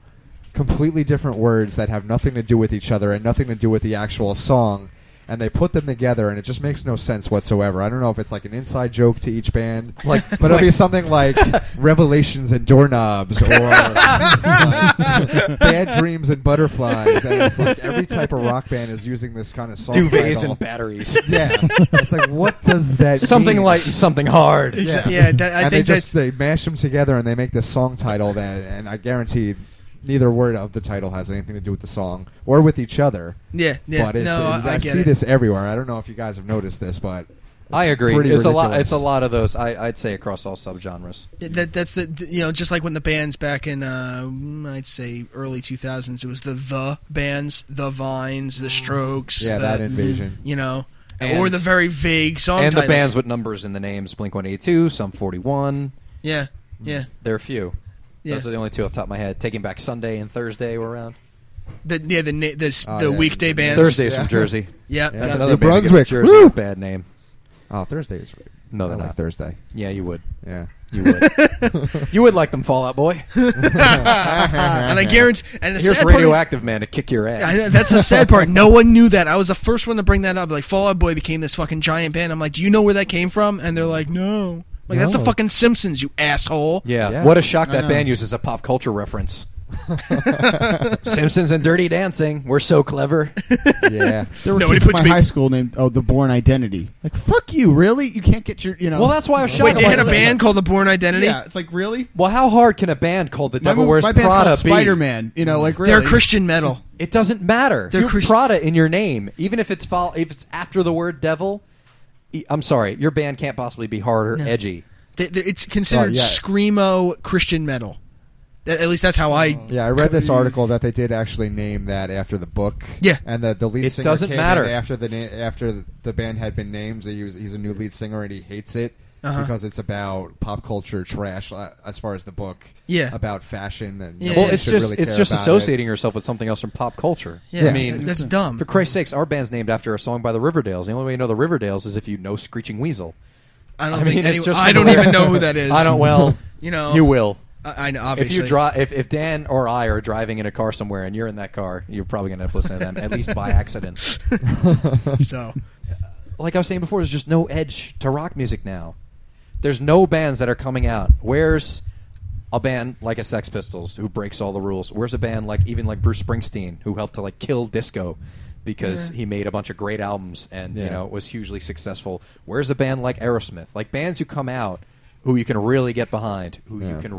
S3: completely different words that have nothing to do with each other and nothing to do with the actual song and they put them together and it just makes no sense whatsoever. I don't know if it's like an inside joke to each
S5: (laughs)
S3: band, like, but it'll be something like revelations and
S5: (laughs)
S3: doorknobs or like, bad dreams and butterflies. And it's like every type of rock band is using this kind of song
S5: Duvets
S3: title.
S5: and batteries. (laughs)
S3: yeah, it's like what does that
S5: something
S3: mean?
S5: light and something hard.
S1: Exa- yeah, that, I
S3: and
S1: think
S3: they
S1: that's
S3: just they mash them together and they make this song title that, and I guarantee neither word of the title has anything to do with the song or with each other.
S1: yeah, yeah.
S3: but it's,
S1: no,
S3: I,
S1: I, I get
S3: see
S1: it.
S3: this everywhere. I don't know if you guys have noticed this, but it's
S5: I agree.
S3: pretty
S5: it's a lot.
S3: ridiculous.
S5: It's a lot of those. I, I'd say across all subgenres.
S1: That, that's the th- you know just like when the bands back in uh, mm, I'd say early 2000s it was the the bands the Vines the Strokes
S3: Yeah,
S1: the,
S3: that invasion.
S1: you know
S5: And-
S1: or the very vague song
S5: and
S1: titles.
S5: the bands with numbers in the names: Blink One Eighty Two, some Forty One.
S1: yeah yeah
S5: There are a few.
S1: Yeah.
S5: Those are the only two off the top of my head. Taking Back Sunday and Thursday were around.
S1: the yeah the na- the, s-
S3: Oh,
S1: the
S3: yeah.
S1: weekday bands
S5: Thursday's
S3: Yeah. (laughs)
S5: from Jersey.
S1: yeah,
S3: Yeah.
S5: That's
S3: New
S5: another band that gives
S3: Brunswick.
S5: Jersey
S3: Woo!
S5: a bad name.
S3: Oh, Thursdays.
S5: No,
S3: I
S5: they're
S3: like
S5: not.
S3: Thursday.
S5: Yeah, you would.
S3: Yeah.
S5: You would. you would like them, Fallout Boy.
S1: Uh, and I guarantee and the
S5: Here's
S1: sad part is-
S5: Radioactive Man to kick your ass.
S1: I know, that's the sad
S5: (laughs)
S1: part. No one knew that. I was the first one to bring that up. Like Fall Out Boy became this fucking giant band. I'm like, do you know where that came from? And they're like, no. Like that's the
S3: No.
S1: fucking Simpsons, you asshole.
S5: Yeah.
S3: Yeah.
S5: What a shock
S2: I
S5: that
S2: know.
S5: band uses a pop
S1: (laughs)
S5: culture reference. Simpsons and Dirty Dancing. We're so clever.
S3: (laughs) Yeah.
S2: there were
S1: Nobody
S2: kids in
S1: puts
S2: my
S1: big-
S2: high school named oh the Born Identity. Like fuck you, really? You can't get your you know.
S5: Well, that's why I was shocked.
S1: Wait, they
S5: about
S1: had a
S5: that.
S1: band called The Born Identity.
S2: yeah. It's like really.
S5: Well, how hard can a band called The
S2: My,
S5: Devil
S2: mov-
S5: Wears
S2: my band's
S5: Prada
S2: called
S5: be?
S2: Spider Man. You know, like really.
S1: They're
S2: (laughs)
S1: Christian metal.
S5: It doesn't matter.
S1: They're
S5: You're
S1: Christ-
S5: Prada in your name, even if it's fol- if it's after the word devil. e- I'm sorry, your band can't possibly be hard or edgy.
S1: They, they- it's considered
S3: Oh, yeah.
S1: screamo Christian metal. At at least that's how
S5: Oh.
S1: I.
S3: Yeah, I read this article that they did actually name that after the book.
S1: Yeah.
S3: and the, the lead
S5: It
S3: singer
S5: doesn't
S3: came
S5: matter.
S3: in after the na- after the band had been named. so He was, he's a new lead singer and he hates it because it's about pop culture trash uh, as far as the book.
S1: Yeah.
S3: about fashion and
S1: Yeah.
S3: no
S5: Well,
S3: one
S5: it's
S3: should
S5: just
S3: really
S5: it's
S3: care
S5: just
S3: about it.
S5: associating yourself with something else from pop culture.
S1: Yeah,
S5: I mean,
S1: that's dumb.
S5: for Christ's sakes, our band's named after a song by the Riverdales. The only way you know the Riverdales is if you know Screeching Weasel.
S1: I don't
S5: I
S1: think
S5: mean,
S1: any,
S5: it's just
S1: I don't even know who that is.
S5: (laughs) I don't. Well,
S1: (laughs) You know,
S5: you will.
S1: I, I know.
S5: If
S1: Obviously,
S5: you draw, if, if Dan or I are driving in a car somewhere and you're in that car, you're probably going to end up listening to them at least by accident.
S1: (laughs)
S5: (laughs)
S1: so
S5: like I was saying before, there's just no edge to rock music now. There's no bands that are coming out. Where's a band like a Sex Pistols who breaks all the rules? Where's a band like even like Bruce Springsteen who helped to like kill disco because he made a bunch of great albums and you
S3: Yeah.
S5: know was hugely successful? Where's a band like Aerosmith? Like bands who come out who you can really get behind, who you
S3: Yeah.
S5: can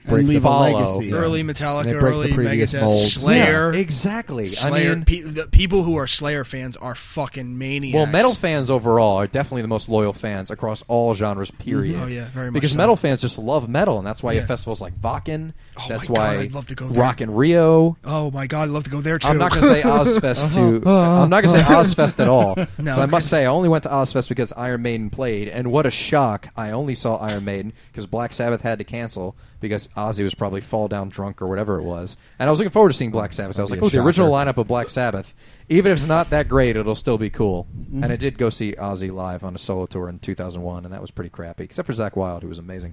S3: And they break
S2: the-
S5: follow.
S2: legacy. Yeah.
S1: early
S3: They
S1: Metallica,
S3: break the
S1: early
S3: previous
S1: Megadeth,
S3: mold.
S1: Slayer,
S5: Yeah, exactly.
S1: Slayer.
S5: I mean,
S1: pe- the people who are Slayer fans are fucking maniacs.
S5: Well, metal fans overall are definitely the most loyal fans across all genres. Period.
S1: Oh, yeah, very much
S5: Because
S1: so.
S5: metal fans just love metal, and that's why you
S1: Yeah.
S5: have festivals like Vakken.
S1: Oh
S5: that's
S1: my God,
S5: why
S1: I'd love to go there.
S5: Rock and Rio.
S1: Oh my god, I'd love to go there too.
S5: I'm not going to
S1: (laughs)
S5: say Ozfest to. I'm not going to say Ozfest at all.
S1: No.
S5: so I must say I only went to Ozfest because Iron Maiden played, and what a shock! I only saw Iron Maiden because Black Sabbath had to cancel because Ozzy was probably fall down drunk or whatever it was. And I was looking forward to seeing Black Sabbath. I was like,
S3: be
S5: oh,
S3: a
S5: the original
S3: shocker.
S5: lineup of Black Sabbath, even if it's not that great, it'll still be cool. And I did go see Ozzy live on a solo tour in 2001, and that was pretty crappy, except for Zach Wilde, who was amazing.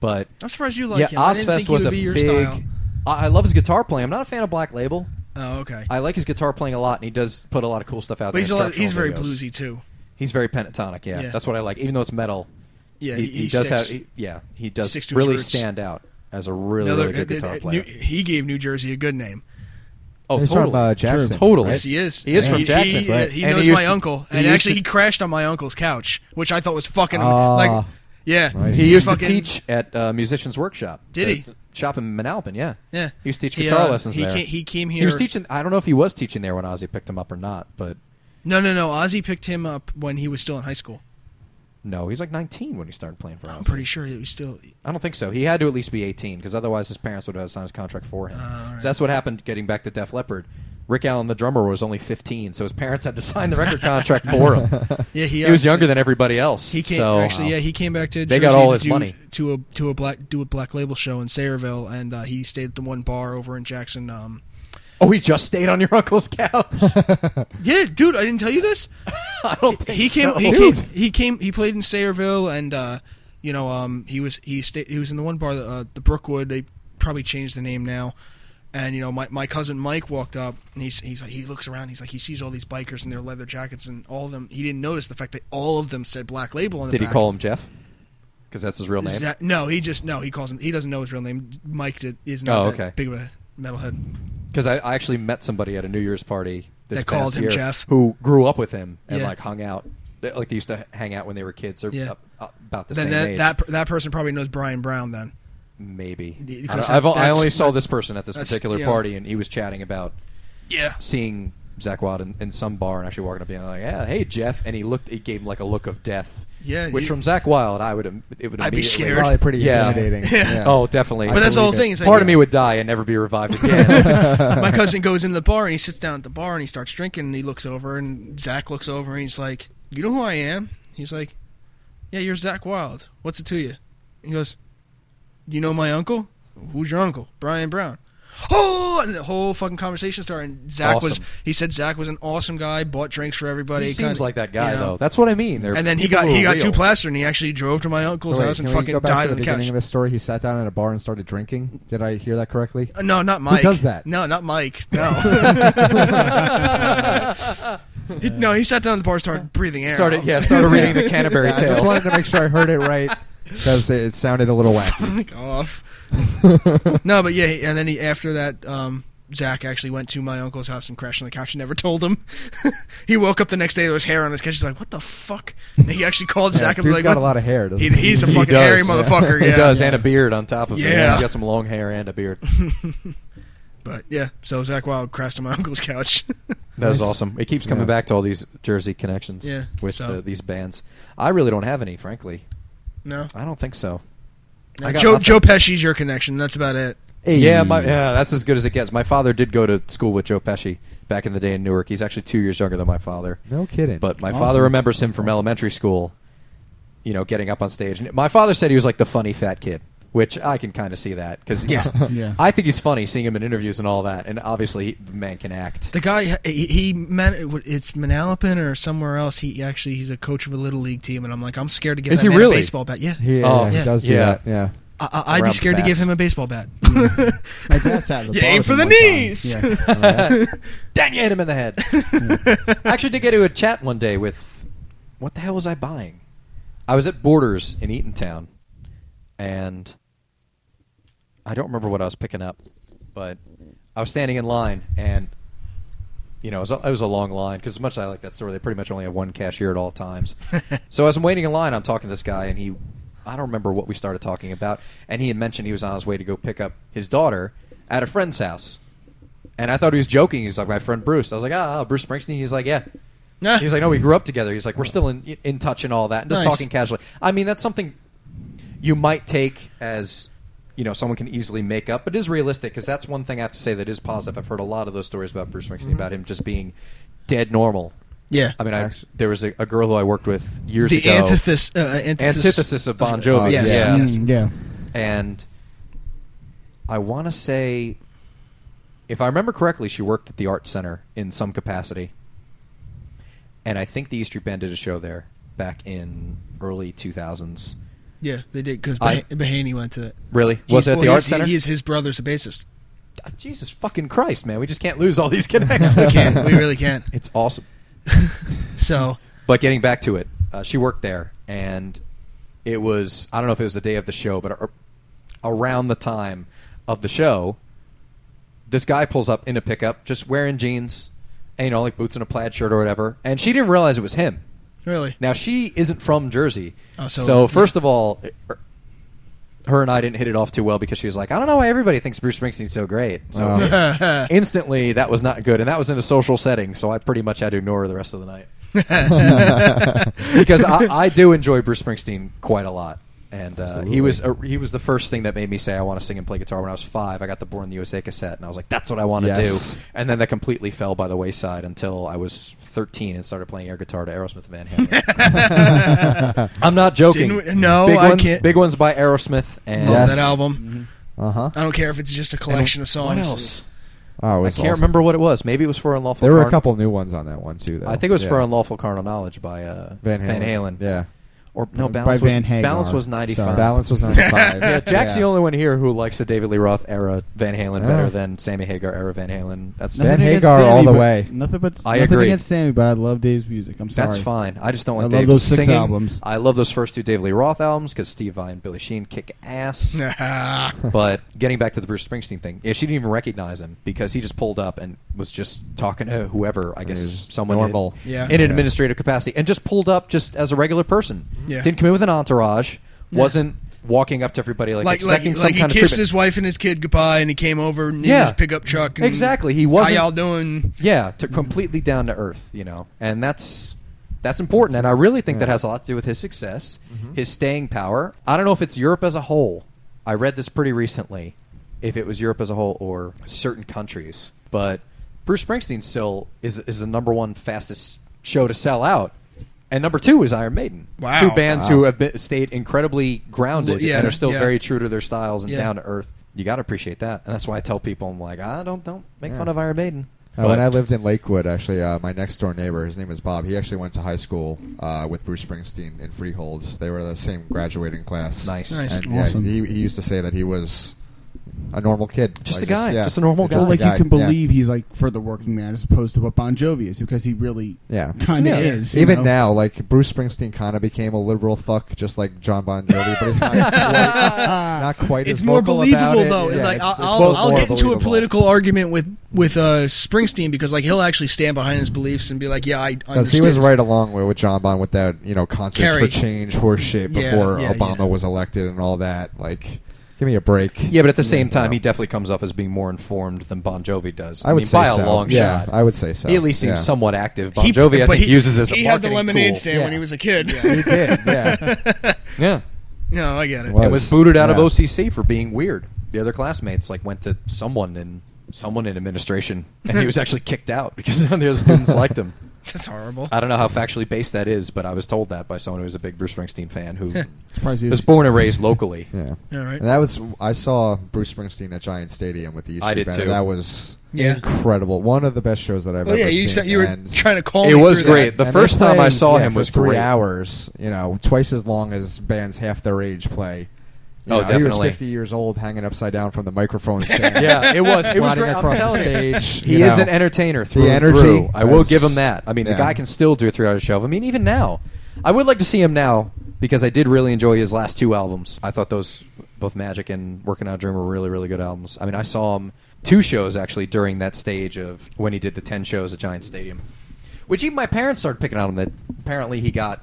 S5: But
S1: I'm surprised you like
S5: yeah,
S1: him. I didn't think
S5: Ozfest
S1: he
S5: was
S1: would
S5: a
S1: be your
S5: big.
S1: style.
S5: I, I love his guitar playing. I'm not a fan of Black Label.
S1: Oh, okay.
S5: I like his guitar playing a lot, and he does put a lot of cool stuff out
S1: but
S5: there.
S1: he's a
S5: in
S1: lot, he's very
S5: instructional videos.
S1: bluesy too.
S5: He's very pentatonic. Yeah,
S1: Yeah.
S5: that's what I like. Even though it's metal,
S1: Yeah,
S5: he,
S1: he- he
S5: does
S1: sticks.
S5: have. he- yeah, he does
S1: Sticks to his
S5: really
S1: roots.
S5: stand out as a really, really good
S1: uh, uh,
S5: guitar
S1: uh,
S5: player.
S1: New- he gave New Jersey a good name.
S5: oh,
S3: He's
S5: totally.
S3: from uh, Jackson.
S5: Totally.
S1: Yes, he is.
S5: He is
S1: And
S5: from Jackson,
S1: He,
S5: right.
S1: he
S5: And he
S1: knows
S5: used
S1: my
S5: to-
S1: uncle,
S5: he
S1: and
S5: used
S1: actually
S5: to-
S1: he crashed on my uncle's couch, which I thought was fucking
S3: Ah.
S1: like, yeah.
S3: Nice.
S5: He used to
S1: fucking-
S5: teach at uh, musicians workshop.
S1: Did he?
S5: Uh, Shop in Manalpin, yeah.
S1: Yeah,
S5: He used to teach
S1: He,
S5: guitar
S1: uh,
S5: lessons
S1: He
S5: there.
S1: came, he came here.
S5: He was teaching. I don't know if he was teaching there when Ozzy picked him up or not, but
S1: No, no, no. Ozzy picked him up when he was still in high school.
S5: no, he was like 19 when he started playing for Ozzy.
S1: I'm pretty sure he was still.
S5: I don't think so. He had to at least be 18 because otherwise his parents would have signed his contract for him.
S1: Oh, all right.
S5: So that's what happened. Getting back to Def Leppard, Rick Allen, the drummer, was only 15, so his parents had to sign the record contract for him.
S1: Yeah, (laughs) he,
S5: he, was
S1: actually-
S5: younger than everybody else.
S1: He came
S5: so, uh, um,
S1: actually. Yeah, he came back to.
S5: They
S1: Jersey
S5: got all
S1: to
S5: his
S1: do-
S5: money.
S1: to a to a black do a black label show in Sayreville, and uh, he stayed at the one bar over in Jackson. Um,
S5: Oh, he just stayed on your uncle's couch. (laughs)
S1: yeah, dude, I didn't tell you this.
S5: I don't think
S1: he came,
S5: so.
S1: he came he came he played in Sayreville and uh you know um he was he sta he was in the one bar uh, the Brookwood they probably changed the name now and you know my, my cousin Mike walked up and he's he's like he looks around he's like he sees all these bikers in their leather jackets and all of them he didn't notice the fact that all of them said black label on the
S5: Did he
S1: back.
S5: call him Jeff? Because that's his real name.
S1: Is that- no he just no he calls him he doesn't know his real name Mike did, is not
S5: Oh,
S1: that
S5: okay.
S1: big of a metalhead
S5: Because I, I actually met somebody at a New Year's party this
S1: That called
S5: past
S1: him
S5: year
S1: Jeff?
S5: who grew up with him and
S1: Yeah.
S5: like hung out. They- Like they used to hang out when they were kids or
S1: Yeah.
S5: up- up- about the
S1: then
S5: same
S1: that,
S5: age.
S1: that per- that person probably knows Brian Brown then
S5: Maybe
S1: Yeah,
S5: I,
S1: because
S5: don't- I've-
S1: that's-
S5: I only
S1: that's-
S5: saw this person at this
S1: that's-
S5: particular
S1: yeah.
S5: party, and he was chatting about
S1: yeah
S5: seeing Zach Wild in, in some bar, and actually walking up and being like, "Yeah, hey Jeff," and he looked. He gave him like a look of death.
S1: Yeah,
S5: which
S1: you-
S5: from Zach Wild, I would. im- It would.
S1: I'd be
S5: immediately-
S1: scared.
S3: Probably pretty
S5: Yeah.
S3: intimidating. (laughs)
S1: Yeah.
S3: Yeah.
S5: Oh, definitely.
S1: but that's the whole
S3: believe it.
S1: thing is like,
S5: Part of me would die and never be revived
S1: (laughs)
S5: again.
S1: (laughs)
S5: (laughs)
S1: my cousin goes into the bar and he sits down at the bar and he starts drinking and he looks over and Zach looks over and he's like, "You know who I am?" He's like, "Yeah, you're Zach Wild. What's it to you?" He goes, "You know my uncle? Who's your uncle? Brian Brown." Oh, and the whole fucking conversation started. And Zach was,
S5: Awesome.
S1: he said Zach was an awesome guy, bought drinks for everybody.
S5: he seems
S1: kinda-
S5: like that guy
S1: you know.
S5: though. That's what I mean. They're
S1: And then he
S5: people
S1: got
S5: who
S1: he
S5: are
S1: got
S5: real.
S1: too plastered and he actually drove to my uncle's
S3: Oh, Wait,
S1: house
S3: can
S1: and
S3: we
S1: fucking
S3: go back
S1: died
S3: to the
S1: on the
S3: beginning
S1: couch.
S3: of the story? He sat down at a bar and started drinking. Did I hear that
S5: (laughs)
S3: correctly?
S1: Uh, no, not Mike.
S3: does that?
S1: No, not
S3: (laughs)
S1: Mike. No. he, no, he sat down at the bar, and started breathing air.
S5: started. Yeah, started reading the Canterbury
S3: Yeah, I just
S5: Tales.
S3: wanted to make sure I heard it right because it sounded a little
S5: (laughs)
S3: wacky.
S1: (laughs) Fuck
S3: (laughs)
S1: off. no, but yeah, and then he after that, um, Zach actually went to my uncle's house and crashed on the couch and never told him. (laughs) he woke up the next day, there was hair on his couch. He's like, "What the fuck?" And he actually called Zach and be
S3: dude's
S1: like,
S3: got
S1: "What?"
S3: a lot of hair, doesn't
S1: He,
S3: he?
S1: he's a
S3: He
S1: fucking
S5: does,
S1: hairy
S5: yeah. (laughs)
S1: motherfucker.
S5: He
S1: Yeah,
S5: does, and a beard on top of it.
S1: Yeah.
S5: He got some long hair and
S1: (laughs)
S5: a beard.
S1: But yeah, so Zach Wild crashed on my (laughs) uncle's couch.
S5: That was
S3: Nice.
S5: awesome. It keeps coming
S3: Yeah.
S5: back to all these Jersey connections
S1: Yeah,
S5: with
S1: so-
S5: uh, these bands. I really don't have any, frankly.
S1: no,
S5: I don't think so. I got
S1: Joe
S5: nothing.
S1: Joe Pesci's your connection. That's about it.
S3: Hey.
S5: Yeah, my, yeah, that's as good as it gets. My father did go to school with Joe Pesci back in the day in Newark. He's actually two years younger than my father.
S3: No kidding.
S5: But my
S3: Awesome.
S5: father remembers him from elementary school, you know, getting up on stage. And my father said he was like the funny fat kid, which I can kind of see that because
S1: Yeah.
S5: (laughs)
S2: Yeah.
S5: I think he's funny seeing him in interviews and all that. And obviously, the man can act.
S1: The guy, he, he man, it's Manalapan or somewhere else. He actually, he's a coach of a little league team, and I'm like, I'm scared to give
S5: Is
S1: that
S5: he
S1: man
S5: really?
S1: a baseball bat. Yeah,
S3: He,
S5: Oh,
S3: yeah, he
S1: yeah.
S3: does do
S5: Yeah.
S3: that. Yeah.
S1: I, I, I'd be
S5: Around
S1: scared to give
S5: bats.
S1: him a baseball
S5: (laughs)
S1: bat. (laughs)
S2: My dad sat at the
S1: You
S2: bar
S1: aim
S2: with
S1: for
S2: him
S1: the
S2: one time.
S1: knees. (laughs)
S2: Yeah.
S5: (laughs) Oh, Dang, you hit him in the head. I (laughs) actually did get into a chat one day with what the hell was I buying? I was at Borders in Eatontown, and I don't remember what I was picking up, but I was standing in line, and you know, it was a, it was a long line because as much as I like that store, they pretty much only have one cashier at all times. so as I'm waiting in line, I'm talking to this guy, and he, I don't remember what we started talking about, and he had mentioned he was on his way to go pick up his daughter at a friend's house. And I thought he was joking. He's like, my friend Bruce. I was like, ah, Bruce Springsteen. He's like, yeah.
S1: Nah.
S5: He's like, no, we grew up together. He's like, we're still in in touch and all that, and just
S1: Nice.
S5: talking casually. I mean, that's something you might take as you know someone can easily make up, but it is realistic because that's one thing I have to say that is positive. I've heard a lot of those stories about Bruce Springsteen about him just being dead normal.
S1: Mm-hmm. yeah,
S5: I mean, I,
S3: Actu-
S5: there was a, a girl who I worked with years
S1: the
S5: ago.
S1: antithesis, uh, antithesis,
S5: antithesis of Bon Jovi.
S1: yes,
S5: yeah.
S1: yes.
S2: Mm, yeah.
S5: And I want to say, if I remember correctly, she worked at the art center in some capacity. And I think the E Street Band did a show there back in early 2000s.
S1: yeah, they did because
S5: I-
S1: Behaney went to it.
S5: Really?
S1: He's-
S5: Was it at
S1: well,
S5: the
S1: he
S5: art
S1: is-
S5: center?
S1: He, he is his brother's a bassist.
S5: God, Jesus fucking Christ, man. We just can't
S1: (laughs)
S5: lose all these connections.
S1: We can't. We really can't.
S5: (laughs) It's awesome.
S1: So
S5: But getting back to it, uh, she worked there, and it was I don't know if it was the day of the show, but ar- around the time of the show, this guy pulls up in a pickup, just wearing jeans, and you know, like boots and a plaid shirt or whatever, and she didn't realize it was him.
S1: really, (laughs)
S5: (laughs) Now she isn't from Jersey,
S1: Oh, so-
S5: so, first of all, er- her and I didn't hit it off too well because she was like, "I don't know why everybody thinks Bruce Springsteen's so great." So
S3: Oh,
S5: instantly, that was not good, and that was in a social setting, so I pretty much had to ignore her the rest of the night because I, I do enjoy Bruce Springsteen quite a lot, and uh, he was a, he was the first thing that made me say I want to sing and play guitar. When I was five, I got the Born in the USA cassette, and I was like, "That's what I want to
S3: Yes.
S5: do." And then that completely fell by the wayside until I was 13 and started playing air guitar to Aerosmith
S3: (laughs)
S5: Van Halen.
S1: (laughs)
S5: I'm not joking.
S1: Didn't we- no,
S5: big
S1: I
S5: one-
S1: can't-
S5: Big ones by Aerosmith and
S1: love
S3: Yes.
S1: that album.
S2: Mm-hmm.
S3: Uh huh.
S1: I don't care if it's just a
S5: and
S1: collection of songs. (laughs)
S5: What else?
S3: Oh, it
S5: I
S3: was
S5: can't
S3: awesome.
S5: remember what it was. Maybe it was for unlawful.
S3: There were a
S5: Carn-
S3: couple new ones on that one too. Though.
S5: I think it was for
S3: Yeah.
S5: unlawful carnal knowledge by uh,
S3: Van Halen. Yeah.
S5: Or no,
S6: By
S5: balance
S6: Van
S5: was
S6: Hagar.
S5: balance was
S6: Sorry.
S5: 95.
S3: Balance
S5: (laughs)
S3: was ninety five.
S5: yeah, Jack's
S3: (laughs) yeah.
S5: the only one here who likes the David Lee Roth era Van Halen better
S3: Yeah.
S5: than Sammy Hagar era Van Halen. That's
S3: Van
S6: Nothing against
S3: Hagar all
S6: Sammy,
S3: the
S6: but-
S3: way.
S6: Nothing but
S5: I
S6: nothing
S5: agree.
S6: against Sammy, but I love Dave's music. I'm sorry.
S5: that's fine. I just don't
S6: I
S5: like
S6: love
S5: Dave's
S6: those six
S5: singing.
S6: albums.
S5: I love those first two David Lee Roth albums because Steve Vai and Billy Sheen kick
S1: (laughs)
S5: ass. but getting back to the Bruce Springsteen thing, yeah, she didn't even recognize him because he just pulled up and was just talking to whoever, I guess
S3: He's
S5: someone
S3: normal.
S5: in,
S1: Yeah.
S5: in an
S3: Yeah.
S5: administrative capacity, and just pulled up just as a regular person.
S1: Yeah.
S5: Didn't come in with an entourage. Wasn't walking up to everybody like,
S1: Like like,
S5: expecting some
S1: like he
S5: kind of
S1: kissed
S5: treatment.
S1: his wife and his kid goodbye, and he came over and
S5: Yeah.
S1: yeah. his pickup truck. And
S5: Exactly, he
S1: How
S5: wasn't-
S1: y'all doing?
S5: Yeah, to completely down to earth, you know, and that's that's important, and I really think that has a lot to do with his success,
S1: Mm-hmm.
S5: his staying power. I don't know if it's Europe as a whole. I read this pretty recently, if it was Europe as a whole or certain countries, but Bruce Springsteen still is is the number one fastest show to sell out, and number two is Iron Maiden.
S1: Wow.
S5: Two bands who have been, stayed incredibly grounded
S1: Yeah,
S5: and are still
S1: yeah.
S5: very true to their styles and
S1: Yeah.
S5: down to earth. You got to appreciate that, and that's why I tell people I'm like, I don't don't make
S3: Yeah.
S5: fun of Iron Maiden.
S3: Uh, when
S5: But-
S3: I lived in Lakewood, actually, uh, my next door neighbor, his name is Bob. He actually went to high school uh, with Bruce Springsteen in Freeholds. They were the same graduating class.
S5: Nice.
S1: Nice.
S3: And, yeah,
S6: Awesome.
S3: he, he used to say that he was a normal kid,
S5: Just a guy. Just a normal
S6: Well,
S5: guy.
S3: a
S6: like you can
S3: yeah.
S6: believe he's like for the working man as opposed to what Bon Jovi is because he really
S3: Yeah.
S6: kind of
S1: Yeah.
S6: is. you
S3: Even
S6: know? (laughs)
S3: now, like Bruce Springsteen kind of became a liberal fuck, just like John Bon Jovi, but
S1: (laughs)
S3: he's not quite, not quite
S1: It's
S3: as
S1: more
S3: vocal
S1: believable
S3: about it.
S1: though.
S3: Yeah,
S1: like
S3: it's- it's
S1: I'll, I'll,
S3: both
S1: I'll
S3: more
S1: get into a
S3: believable.
S1: political argument with with uh, Springsteen because like he'll actually stand behind his beliefs and be like, yeah, I
S3: Because
S1: understand.
S3: he was right along with, with John Bon with that, you know, concert
S1: Kerry.
S3: for change horseshit
S1: Yeah,
S3: before
S1: yeah,
S3: Obama
S1: yeah.
S3: was elected and all that. Like, give me a break.
S5: Yeah, but at the same time, he definitely comes off as being more informed than Bon Jovi does.
S3: I would
S5: mean,
S3: say
S5: by
S3: so.
S5: a long
S3: Yeah,
S5: shot.
S3: I would say so.
S5: He at least seems
S3: Yeah.
S5: somewhat active. Bon
S1: He-
S5: Jovi, I
S1: but
S5: think,
S1: he,
S5: uses as a
S1: he had the
S5: marketing
S1: lemonade
S5: tool.
S1: stand when
S3: Yeah.
S1: he was a kid.
S3: He did, yeah.
S5: Yeah,
S1: (laughs) no, I get it.
S3: What?
S5: and was booted out
S3: Yeah.
S5: of OCC for being weird. The other classmates like went to someone in someone in administration, and he was actually kicked out because (laughs) none of the
S3: (laughs)
S5: other students liked him.
S1: That's horrible.
S5: I don't know how factually based that is, but I was told that by someone who was a big Bruce Springsteen
S3: (laughs)
S5: fan who
S1: (laughs)
S6: Surprised he
S5: was
S6: was-
S5: born and raised locally.
S3: Yeah.
S1: All right.
S3: And that was I saw Bruce Springsteen at Giant Stadium with the East
S5: I
S3: Street
S5: did
S3: Band, and
S5: too.
S3: That was
S1: Yeah.
S3: incredible. One of the best shows that I've
S1: Well,
S3: ever
S1: Oh, yeah, you
S3: seen.
S1: said you were
S3: and-
S1: trying to call. me
S5: It was
S1: through that.
S5: great. The
S3: and they
S5: first time I
S3: played,
S5: saw
S3: yeah,
S5: him
S3: for
S5: was
S3: three
S5: great.
S3: hours. You know, twice as long as bands half their age play. You
S5: Oh,
S3: know, He was
S5: definitely.
S3: fifty years old, hanging upside down from
S1: (laughs)
S3: the microphone stand.
S5: Yeah, it was. It was
S3: sliding
S5: great. I'm
S3: across the
S5: telling you.
S3: stage.
S5: He
S3: you
S5: is
S3: know.
S5: an entertainer through and
S3: energy,
S5: through. I will
S3: that's-
S5: give him that. I mean,
S3: yeah.
S5: the guy can still do a three-hour show. I mean, even now, I would like to see him now because I did really enjoy his last two albums. I thought those, both Magic and Working Out a Dream, were really, really good albums. I mean, I saw him two shows actually during that stage of when he did the ten shows at Giant Stadium, which even my parents started picking on him. That apparently he got.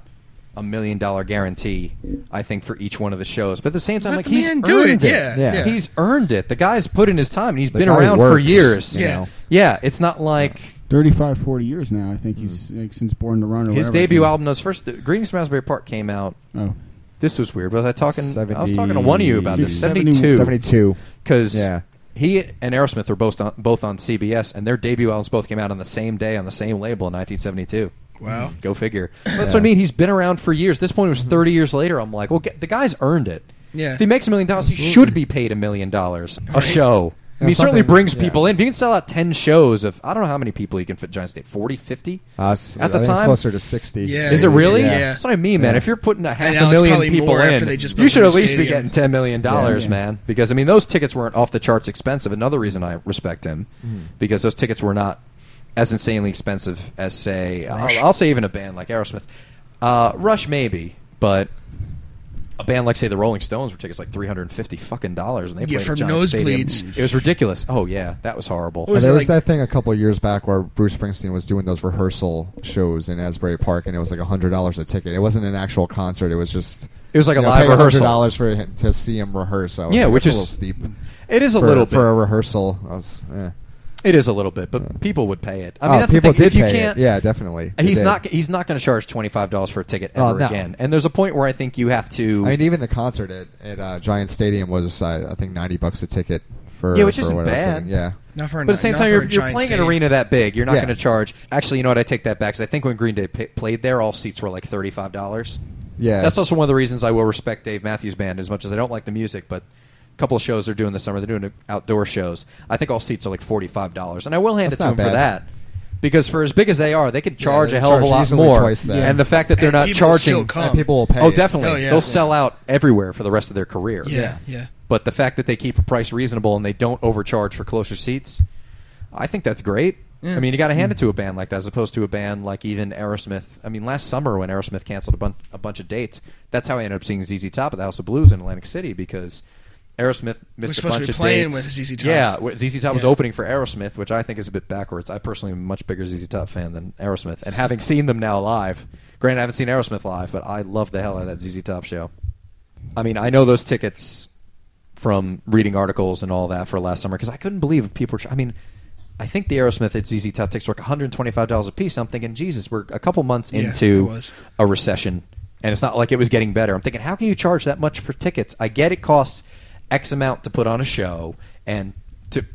S5: A million dollar guarantee, I think, for each one of the shows. But at the same time,
S1: Let
S5: like
S1: the
S5: he's
S1: man do it.
S5: earned
S1: Yeah,
S3: Yeah. yeah.
S5: he's earned it. The guy's put in his time, and he's
S3: The
S5: been
S3: guy
S5: around for
S3: works,
S5: years.
S1: you Yeah. know.
S5: yeah. It's not like
S6: 35, 40 years now. I think he's like, since Born to Run. Or
S5: Mm. his
S6: whatever.
S5: debut album. Those first Greetings from Raspberry Park came out.
S6: Oh,
S5: This was weird. Was I talking? I was talking to one of you about this. Seventy two.
S3: Seventy-two.
S5: Because
S3: Yeah.
S5: he and Aerosmith were both on, both on CBS, and their debut albums both came out on the same day on the same label in 1972.
S1: Wow.
S5: Go figure. That's what I mean. He's been around for years. At this point, it was
S3: Mm-hmm.
S5: 30 years later. I'm like, well, get, the guy's earned it.
S1: Yeah.
S5: If he makes a million dollars, he should be paid a million dollars a show. I mean, he certainly
S3: something-
S5: brings
S3: yeah.
S5: people in. If you can sell out 10 shows of, I don't know how many people you can fit Giant State, 40, 50?
S3: Uh, s-
S5: At
S3: I
S5: the
S3: think it's
S5: time-
S3: closer to sixty.
S1: Yeah.
S5: Is it really?
S1: Yeah.
S5: That's what I mean, man. If you're putting a half
S1: now
S5: a
S1: it's
S5: million
S1: probably
S5: people
S1: more
S5: in,
S1: after they just
S5: you
S1: built
S5: should
S1: the
S5: at least be
S1: stadium.
S5: getting ten million dollars, man. Because I mean, those tickets weren't off the charts expensive. Another reason I respect him,
S3: Hmm.
S5: because those tickets were not as insanely expensive as say, I'll, I'll say even a band like Aerosmith, uh, Rush maybe, but a band like say the Rolling Stones were tickets like three hundred and fifty fucking dollars, and they
S1: Yeah,
S5: played
S1: for
S5: at Giant Stadium.
S1: nosebleeds.
S5: It was ridiculous. Oh yeah, that was horrible.
S1: was
S3: there
S1: it
S3: was
S1: like-
S3: that thing a couple of years back where Bruce Springsteen was doing those rehearsal shows in Asbury Park, and it was like hundred dollars a ticket. It wasn't an actual concert; it was just
S5: It was like a
S3: you know,
S5: live
S3: pay
S5: rehearsal.
S3: dollars for him to see him rehearse. I was
S5: Yeah,
S3: like,
S5: which
S3: that's
S5: is-
S3: a little steep.
S5: It is a
S3: for,
S5: little bit
S3: for a rehearsal. I was, eh.
S5: It is a little bit, but people would pay it. I mean,
S3: Oh,
S5: that's
S3: people
S5: the thing.
S3: did
S5: if you
S3: pay it.
S5: can't,
S3: Yeah, definitely. They
S5: He's
S3: did.
S5: not. He's not going to charge twenty five dollars for a ticket ever
S3: Oh, no.
S5: again. And there's a point where I think you have to.
S3: I mean, even the concert at, at uh, Giant Stadium was, uh, I think, ninety bucks a ticket for.
S5: Yeah, which
S3: for
S5: isn't
S3: what I was
S5: bad.
S3: seeing. Yeah,
S1: Not for
S5: but
S1: a
S5: at the same
S1: not
S5: time,
S1: for
S5: you're,
S1: a
S5: you're
S1: giant
S5: playing
S1: stadium. (laughs)
S5: an arena that big. You're not
S3: Yeah.
S5: going to charge. Actually, you know what? I take that back. Because I think when Green Day p- played there, all seats were like thirty five dollars.
S3: yeah.
S5: That's also one of the reasons I will respect Dave Matthews Band as much as I don't like the music, but. A couple of shows they're doing this summer. They're doing outdoor shows. I think all seats are like forty-five dollars, and I will hand
S3: That's
S5: it to them
S3: not
S5: for that
S3: bad.
S5: because for as big as they are, they can charge
S3: they
S5: a hell of a
S3: charge
S5: lot
S3: easily
S5: more.
S3: twice that.
S5: And the fact that they're
S1: And
S5: not
S1: people will
S5: charging,
S1: still come.
S3: And people will pay.
S5: Oh,
S3: it.
S5: definitely.
S1: Oh, yeah.
S5: They'll
S1: Yeah.
S5: sell out everywhere for the rest of their career.
S1: Yeah, yeah.
S5: But the fact that they keep a price reasonable and they don't overcharge for closer seats, I think that's great. I mean, you got to hand it
S3: Mm-hmm.
S5: to a band like that, as opposed to a band like even Aerosmith. I mean, last summer when Aerosmith canceled a, bun- a bunch of dates, that's how I ended up seeing ZZ Top at the House of Blues in Atlantic City because Aerosmith missed
S1: supposed to
S5: a bunch
S1: be
S5: of
S1: playing
S5: dates.
S1: with ZZ Tops.
S5: Yeah, wh- ZZ Top was
S1: Yeah.
S5: opening for Aerosmith, which I think is a bit backwards. I personally am a much bigger ZZ Top fan than Aerosmith, and having seen them now live, granted I haven't seen Aerosmith live, but I love the hell out of that ZZ Top show. I mean, I know those tickets from reading articles and all that for last summer because I couldn't believe people. Were, tr- I mean, I think the Aerosmith at ZZ Top tickets were like 125 dollars a piece. I'm thinking, Jesus, we're a couple months
S1: Yeah, it
S5: into
S1: was.
S5: a recession, and it's not like it was getting better. I'm thinking, how can you charge that much for tickets? I get it costs X amount to put on a show and to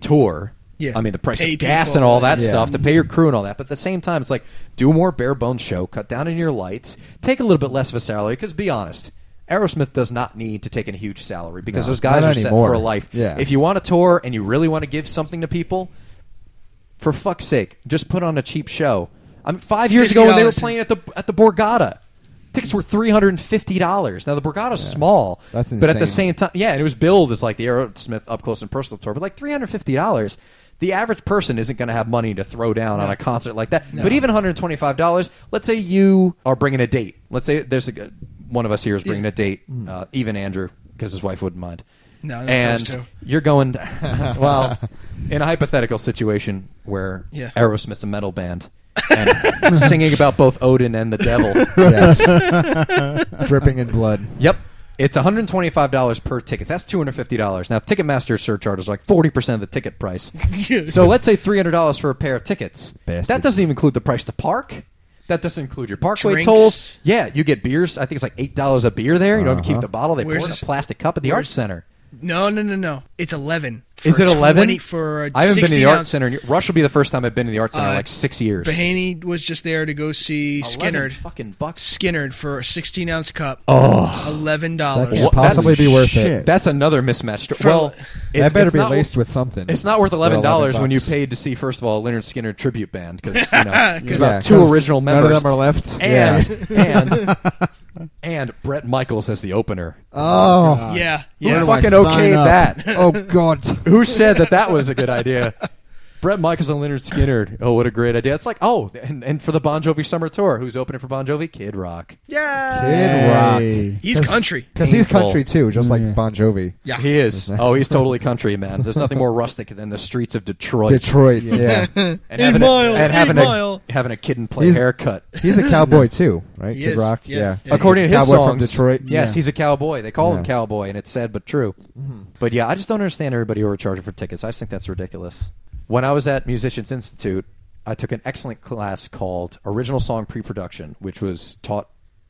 S5: tour.
S1: Yeah.
S5: I mean, the price
S1: Pay
S5: of gas
S1: people.
S5: and all that
S3: Yeah.
S5: stuff to pay your crew and all that. But at the same time, it's like do a more bare bones show, cut down on your lights, take a little bit less of a salary. Because be honest, Aerosmith does not need to take in a huge salary because
S3: No,
S5: those guys
S3: not
S5: are set
S3: anymore.
S5: for life.
S3: Yeah.
S5: If you want a tour and you really want to give something to people, for fuck's sake, just put on a cheap show. I mean, five years ago when they were
S1: $50
S5: playing at the at the Borgata. Tickets were three hundred and fifty dollars. Now the Borgata's small,
S3: That's
S5: but at the
S3: insane.
S5: same same time, yeah, and it was billed as like the Aerosmith up close and personal tour, but like three hundred fifty dollars. The average person isn't going to have money to throw down on a concert like that. But even one hundred twenty-five dollars. Let's say you are bringing a date. Let's say there's a g- one of us here is bringing a date. Uh, even Andrew, because his wife wouldn't mind.
S1: Mm. No, no,
S5: and
S1: toast too. (laughs)
S5: you're going (laughs) well in a hypothetical situation where
S1: Yeah.
S5: Aerosmith's a metal band and (laughs) singing about both Odin and the devil.
S3: (laughs) Yes. dripping in blood.
S5: Yep. It's $125 per ticket. That's $250. Now, Ticketmaster surcharge is like 40% of the
S3: (laughs)
S5: ticket price. so let's say $300 for a pair of tickets.
S3: Bastards.
S5: That doesn't even include the price to park. That doesn't include your parkway
S1: Drinks.
S5: tolls. Yeah, you get beers. I think it's like $8 a beer there. You don't
S3: Uh-huh.
S5: keep the bottle. They
S1: Where's
S5: pour it in
S1: this-
S5: a plastic cup at the Arts Center.
S1: No, no, no, no. It's eleven. For
S5: Is it 11?
S1: 20 For a
S5: I haven't been to
S1: 16
S5: the Arts
S1: ounce-
S5: Center. in- Rush will be the first time I've been to the Arts Center in
S1: Uh,
S5: like six years.
S1: Bahaney was just there to go see
S5: 11
S1: Skinnerd.
S5: fucking bucks.
S1: Skinnerd for a 16 ounce cup. Oh, eleven
S3: That
S1: dollars.
S3: can't
S5: That's-
S3: possibly be worth it.
S6: shit.
S5: That's another mismatched.
S1: For-
S5: well, it's,
S3: that better
S5: it's
S3: be
S5: not-
S3: laced with something.
S5: It's not worth
S3: For
S5: eleven dollars when you
S3: bucks.
S5: paid to see, first of all, a Leonard Skinner tribute band because you
S1: (laughs)
S5: know, there's
S3: Yeah,
S5: about two
S3: 'cause
S5: original
S3: none
S5: members.
S3: of them are left.
S5: and
S3: yeah.
S5: and and Brett Michaels as the opener.
S3: oh,
S1: yeah,
S5: Who
S1: yeah.
S6: do I
S5: fucking
S6: sign
S5: okayed
S6: up?
S5: that?
S3: oh God.
S5: Who said that that was a good idea? Brett Michaels and Leonard Skinner. Oh, what a great idea! It's like oh, and, and for the Bon Jovi summer tour, who's opening for Bon Jovi? Kid Rock.
S6: Hey.
S1: Yeah,
S3: Kid Rock.
S1: he's country.
S3: Because he's
S5: Painful.
S3: country too, just like Bon Jovi.
S1: Yeah,
S5: He
S3: (laughs)
S5: is. Oh, he's totally country, man. There's nothing more rustic than the streets of Detroit.
S3: Detroit. Yeah.
S5: And having,
S1: Mile,
S5: a, and
S1: Eight
S5: having, a,
S1: Mile.
S5: having a kid and play
S3: He's-
S5: haircut.
S3: He's a cowboy too, right?
S1: He
S3: Kid
S1: is,
S3: Rock.
S1: yes.
S3: Yeah.
S1: Yeah.
S5: According to his
S3: Cowboy from
S5: songs,
S3: Detroit?
S5: Yes,
S3: Yeah.
S5: he's a cowboy. They call him
S3: Yeah. Mm-hmm.
S5: cowboy, and it's sad but true. But yeah, I just don't understand everybody overcharging for tickets. I just think that's ridiculous. When I was at Musicians Institute, I took an excellent class called Original Song Pre-Production, which was taught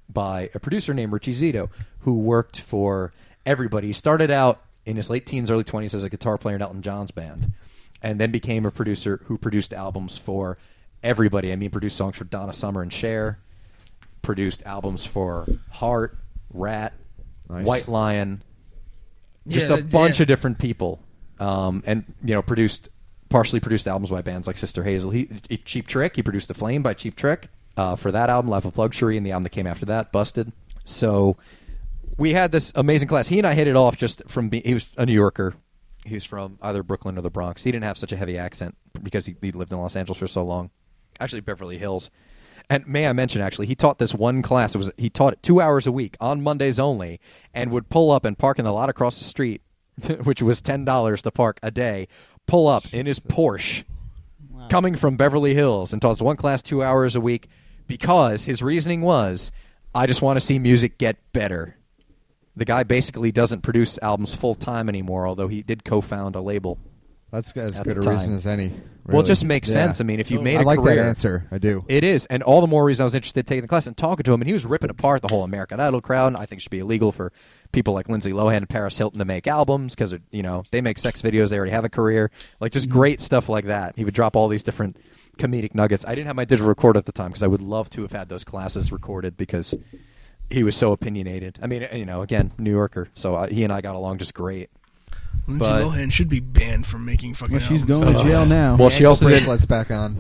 S5: by a producer named Richie Zito, who worked for everybody. He started out in his late teens, early twenties as a guitar player in Elton John's band, and then became a producer who produced albums for everybody. I mean, produced songs for Donna Summer and Cher produced albums for Heart, Rat,
S3: Nice.
S5: White Lion, just
S1: Yeah,
S5: a bunch
S1: yeah.
S5: of different people. um, and you know produced partially produced albums by bands like Sister Hazel. He, he- Cheap Trick, he produced The Flame by Cheap Trick uh, for that album, Life of Luxury, and the album that came after that, Busted. So we had this amazing class. He and I hit it off just from being. He was a New Yorker. He was from either Brooklyn or the Bronx. He didn't have such a heavy accent because he, he lived in Los Angeles for so long. Actually, Beverly Hills. And may I mention, actually, he taught this one class. It was he taught it two hours a week on Mondays only, and would pull up and park in the lot across the street, (laughs) which was ten dollars to park a day. Pull up in his Porsche, coming from Beverly Hills, and taught us one class two hours a week because his reasoning was, I just want to see music get better. The guy basically doesn't produce albums full time anymore, although he did co-found a label.
S3: That's as
S5: At
S3: good
S5: the
S3: a
S5: time.
S3: reason as any.
S5: Well,
S3: really.
S5: it just makes
S3: Yeah.
S5: sense. I mean, if you made
S3: I
S5: a
S3: like
S5: career,
S3: that answer. I do.
S5: It is, and all the more reason I was interested in taking the class and talking to him. And he was ripping apart the whole American Idol crowd. And I think it should be illegal for people like Lindsay Lohan and Paris Hilton to make albums because you know they make sex videos. They already have a career. Like just great stuff like that. He would drop all these different comedic nuggets. I didn't have my digital recorder at the time because I would love to have had those classes recorded because he was so opinionated. I mean, uh, you know, again, New Yorker, so I, he and I got along just great.
S1: Lindsay
S5: But-
S1: Lohan should be banned from making fucking.
S6: Well, she's
S1: albums.
S6: going to jail now.
S5: Well, she also did.
S3: Bracelets back on.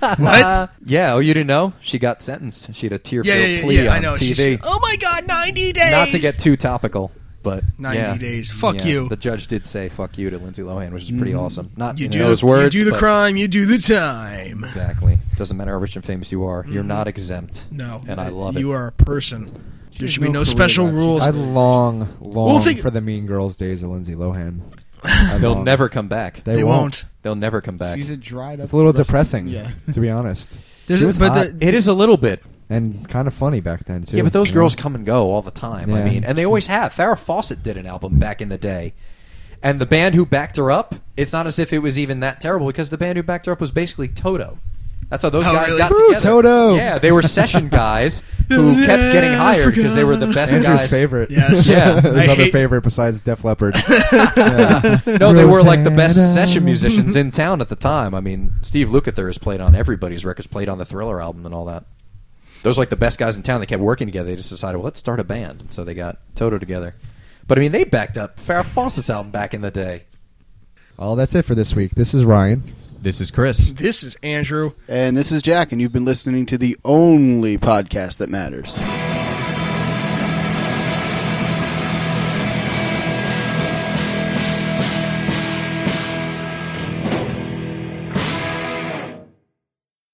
S1: What?
S5: Yeah. Oh, you didn't know? She got sentenced. She had a tear
S1: yeah,
S5: filled
S1: yeah,
S5: plea
S1: yeah, yeah.
S5: on
S1: I know.
S5: TV.
S1: She should- oh my god, ninety days.
S5: Not to get too topical, but
S1: 90
S5: yeah.
S1: days. Fuck
S5: Yeah,
S1: you.
S5: The judge did say "fuck you" to Lindsay Lohan, which is pretty awesome. Not
S1: you
S5: in
S1: do
S5: those
S1: the,
S5: words.
S1: You do the
S5: but-
S1: crime. You do the time.
S5: Exactly. Doesn't matter how rich and famous you are. You're not exempt.
S1: Mm-hmm. No,
S5: And I love
S1: You
S5: it.
S1: are a person. There should be no special
S6: left.
S1: rules.
S3: I long, long
S1: think-
S3: for the Mean Girls days of Lindsay Lohan. I
S5: They'll
S3: long-
S5: never come back.
S3: They,
S1: they won't.
S5: They'll never come back.
S6: She's a dried up.
S3: It's a little
S6: rusty-
S3: depressing,
S6: Yeah.
S3: to be honest,
S1: (laughs) There's
S3: She
S1: a-
S3: was
S1: but
S3: hot
S1: the-
S5: It is a little bit.
S3: and kind of funny back then too.
S5: Yeah, but those
S3: you know?
S5: girls come and go all the time. I
S3: Yeah.
S5: mean, and they always have. Farrah Fawcett did an album back in the day. And the band who backed her up, it's not as if it was even that terrible because the band who backed her up was basically Toto. That's how those
S1: Oh,
S5: guys
S1: really?
S5: got
S3: Woo,
S5: together.
S3: Toto!
S5: Yeah, they were
S1: (laughs)
S5: session guys who kept getting hired because they were the best
S3: Andrew's
S5: guys.
S3: favorite.
S1: Yes.
S5: Yeah.
S3: (laughs) His
S1: I
S3: other
S1: hate-
S3: favorite besides Def
S1: (laughs)
S3: Leppard.
S5: (laughs) No, they were like the best
S3: Rosanna.
S5: session musicians in town at the time. I mean, Steve Lukather has played on everybody's records, played on the Thriller album and all that. Those were like the best guys in town. They kept working together. They just decided, well, let's start a band. And so they got Toto together. But I mean, they backed up Farrah Fawcett's album back in the day.
S3: well, that's it for this week. This is Ryan.
S4: This is Chris.
S1: This is Andrew.
S2: And this is Jack, and you've been listening to the only podcast that matters.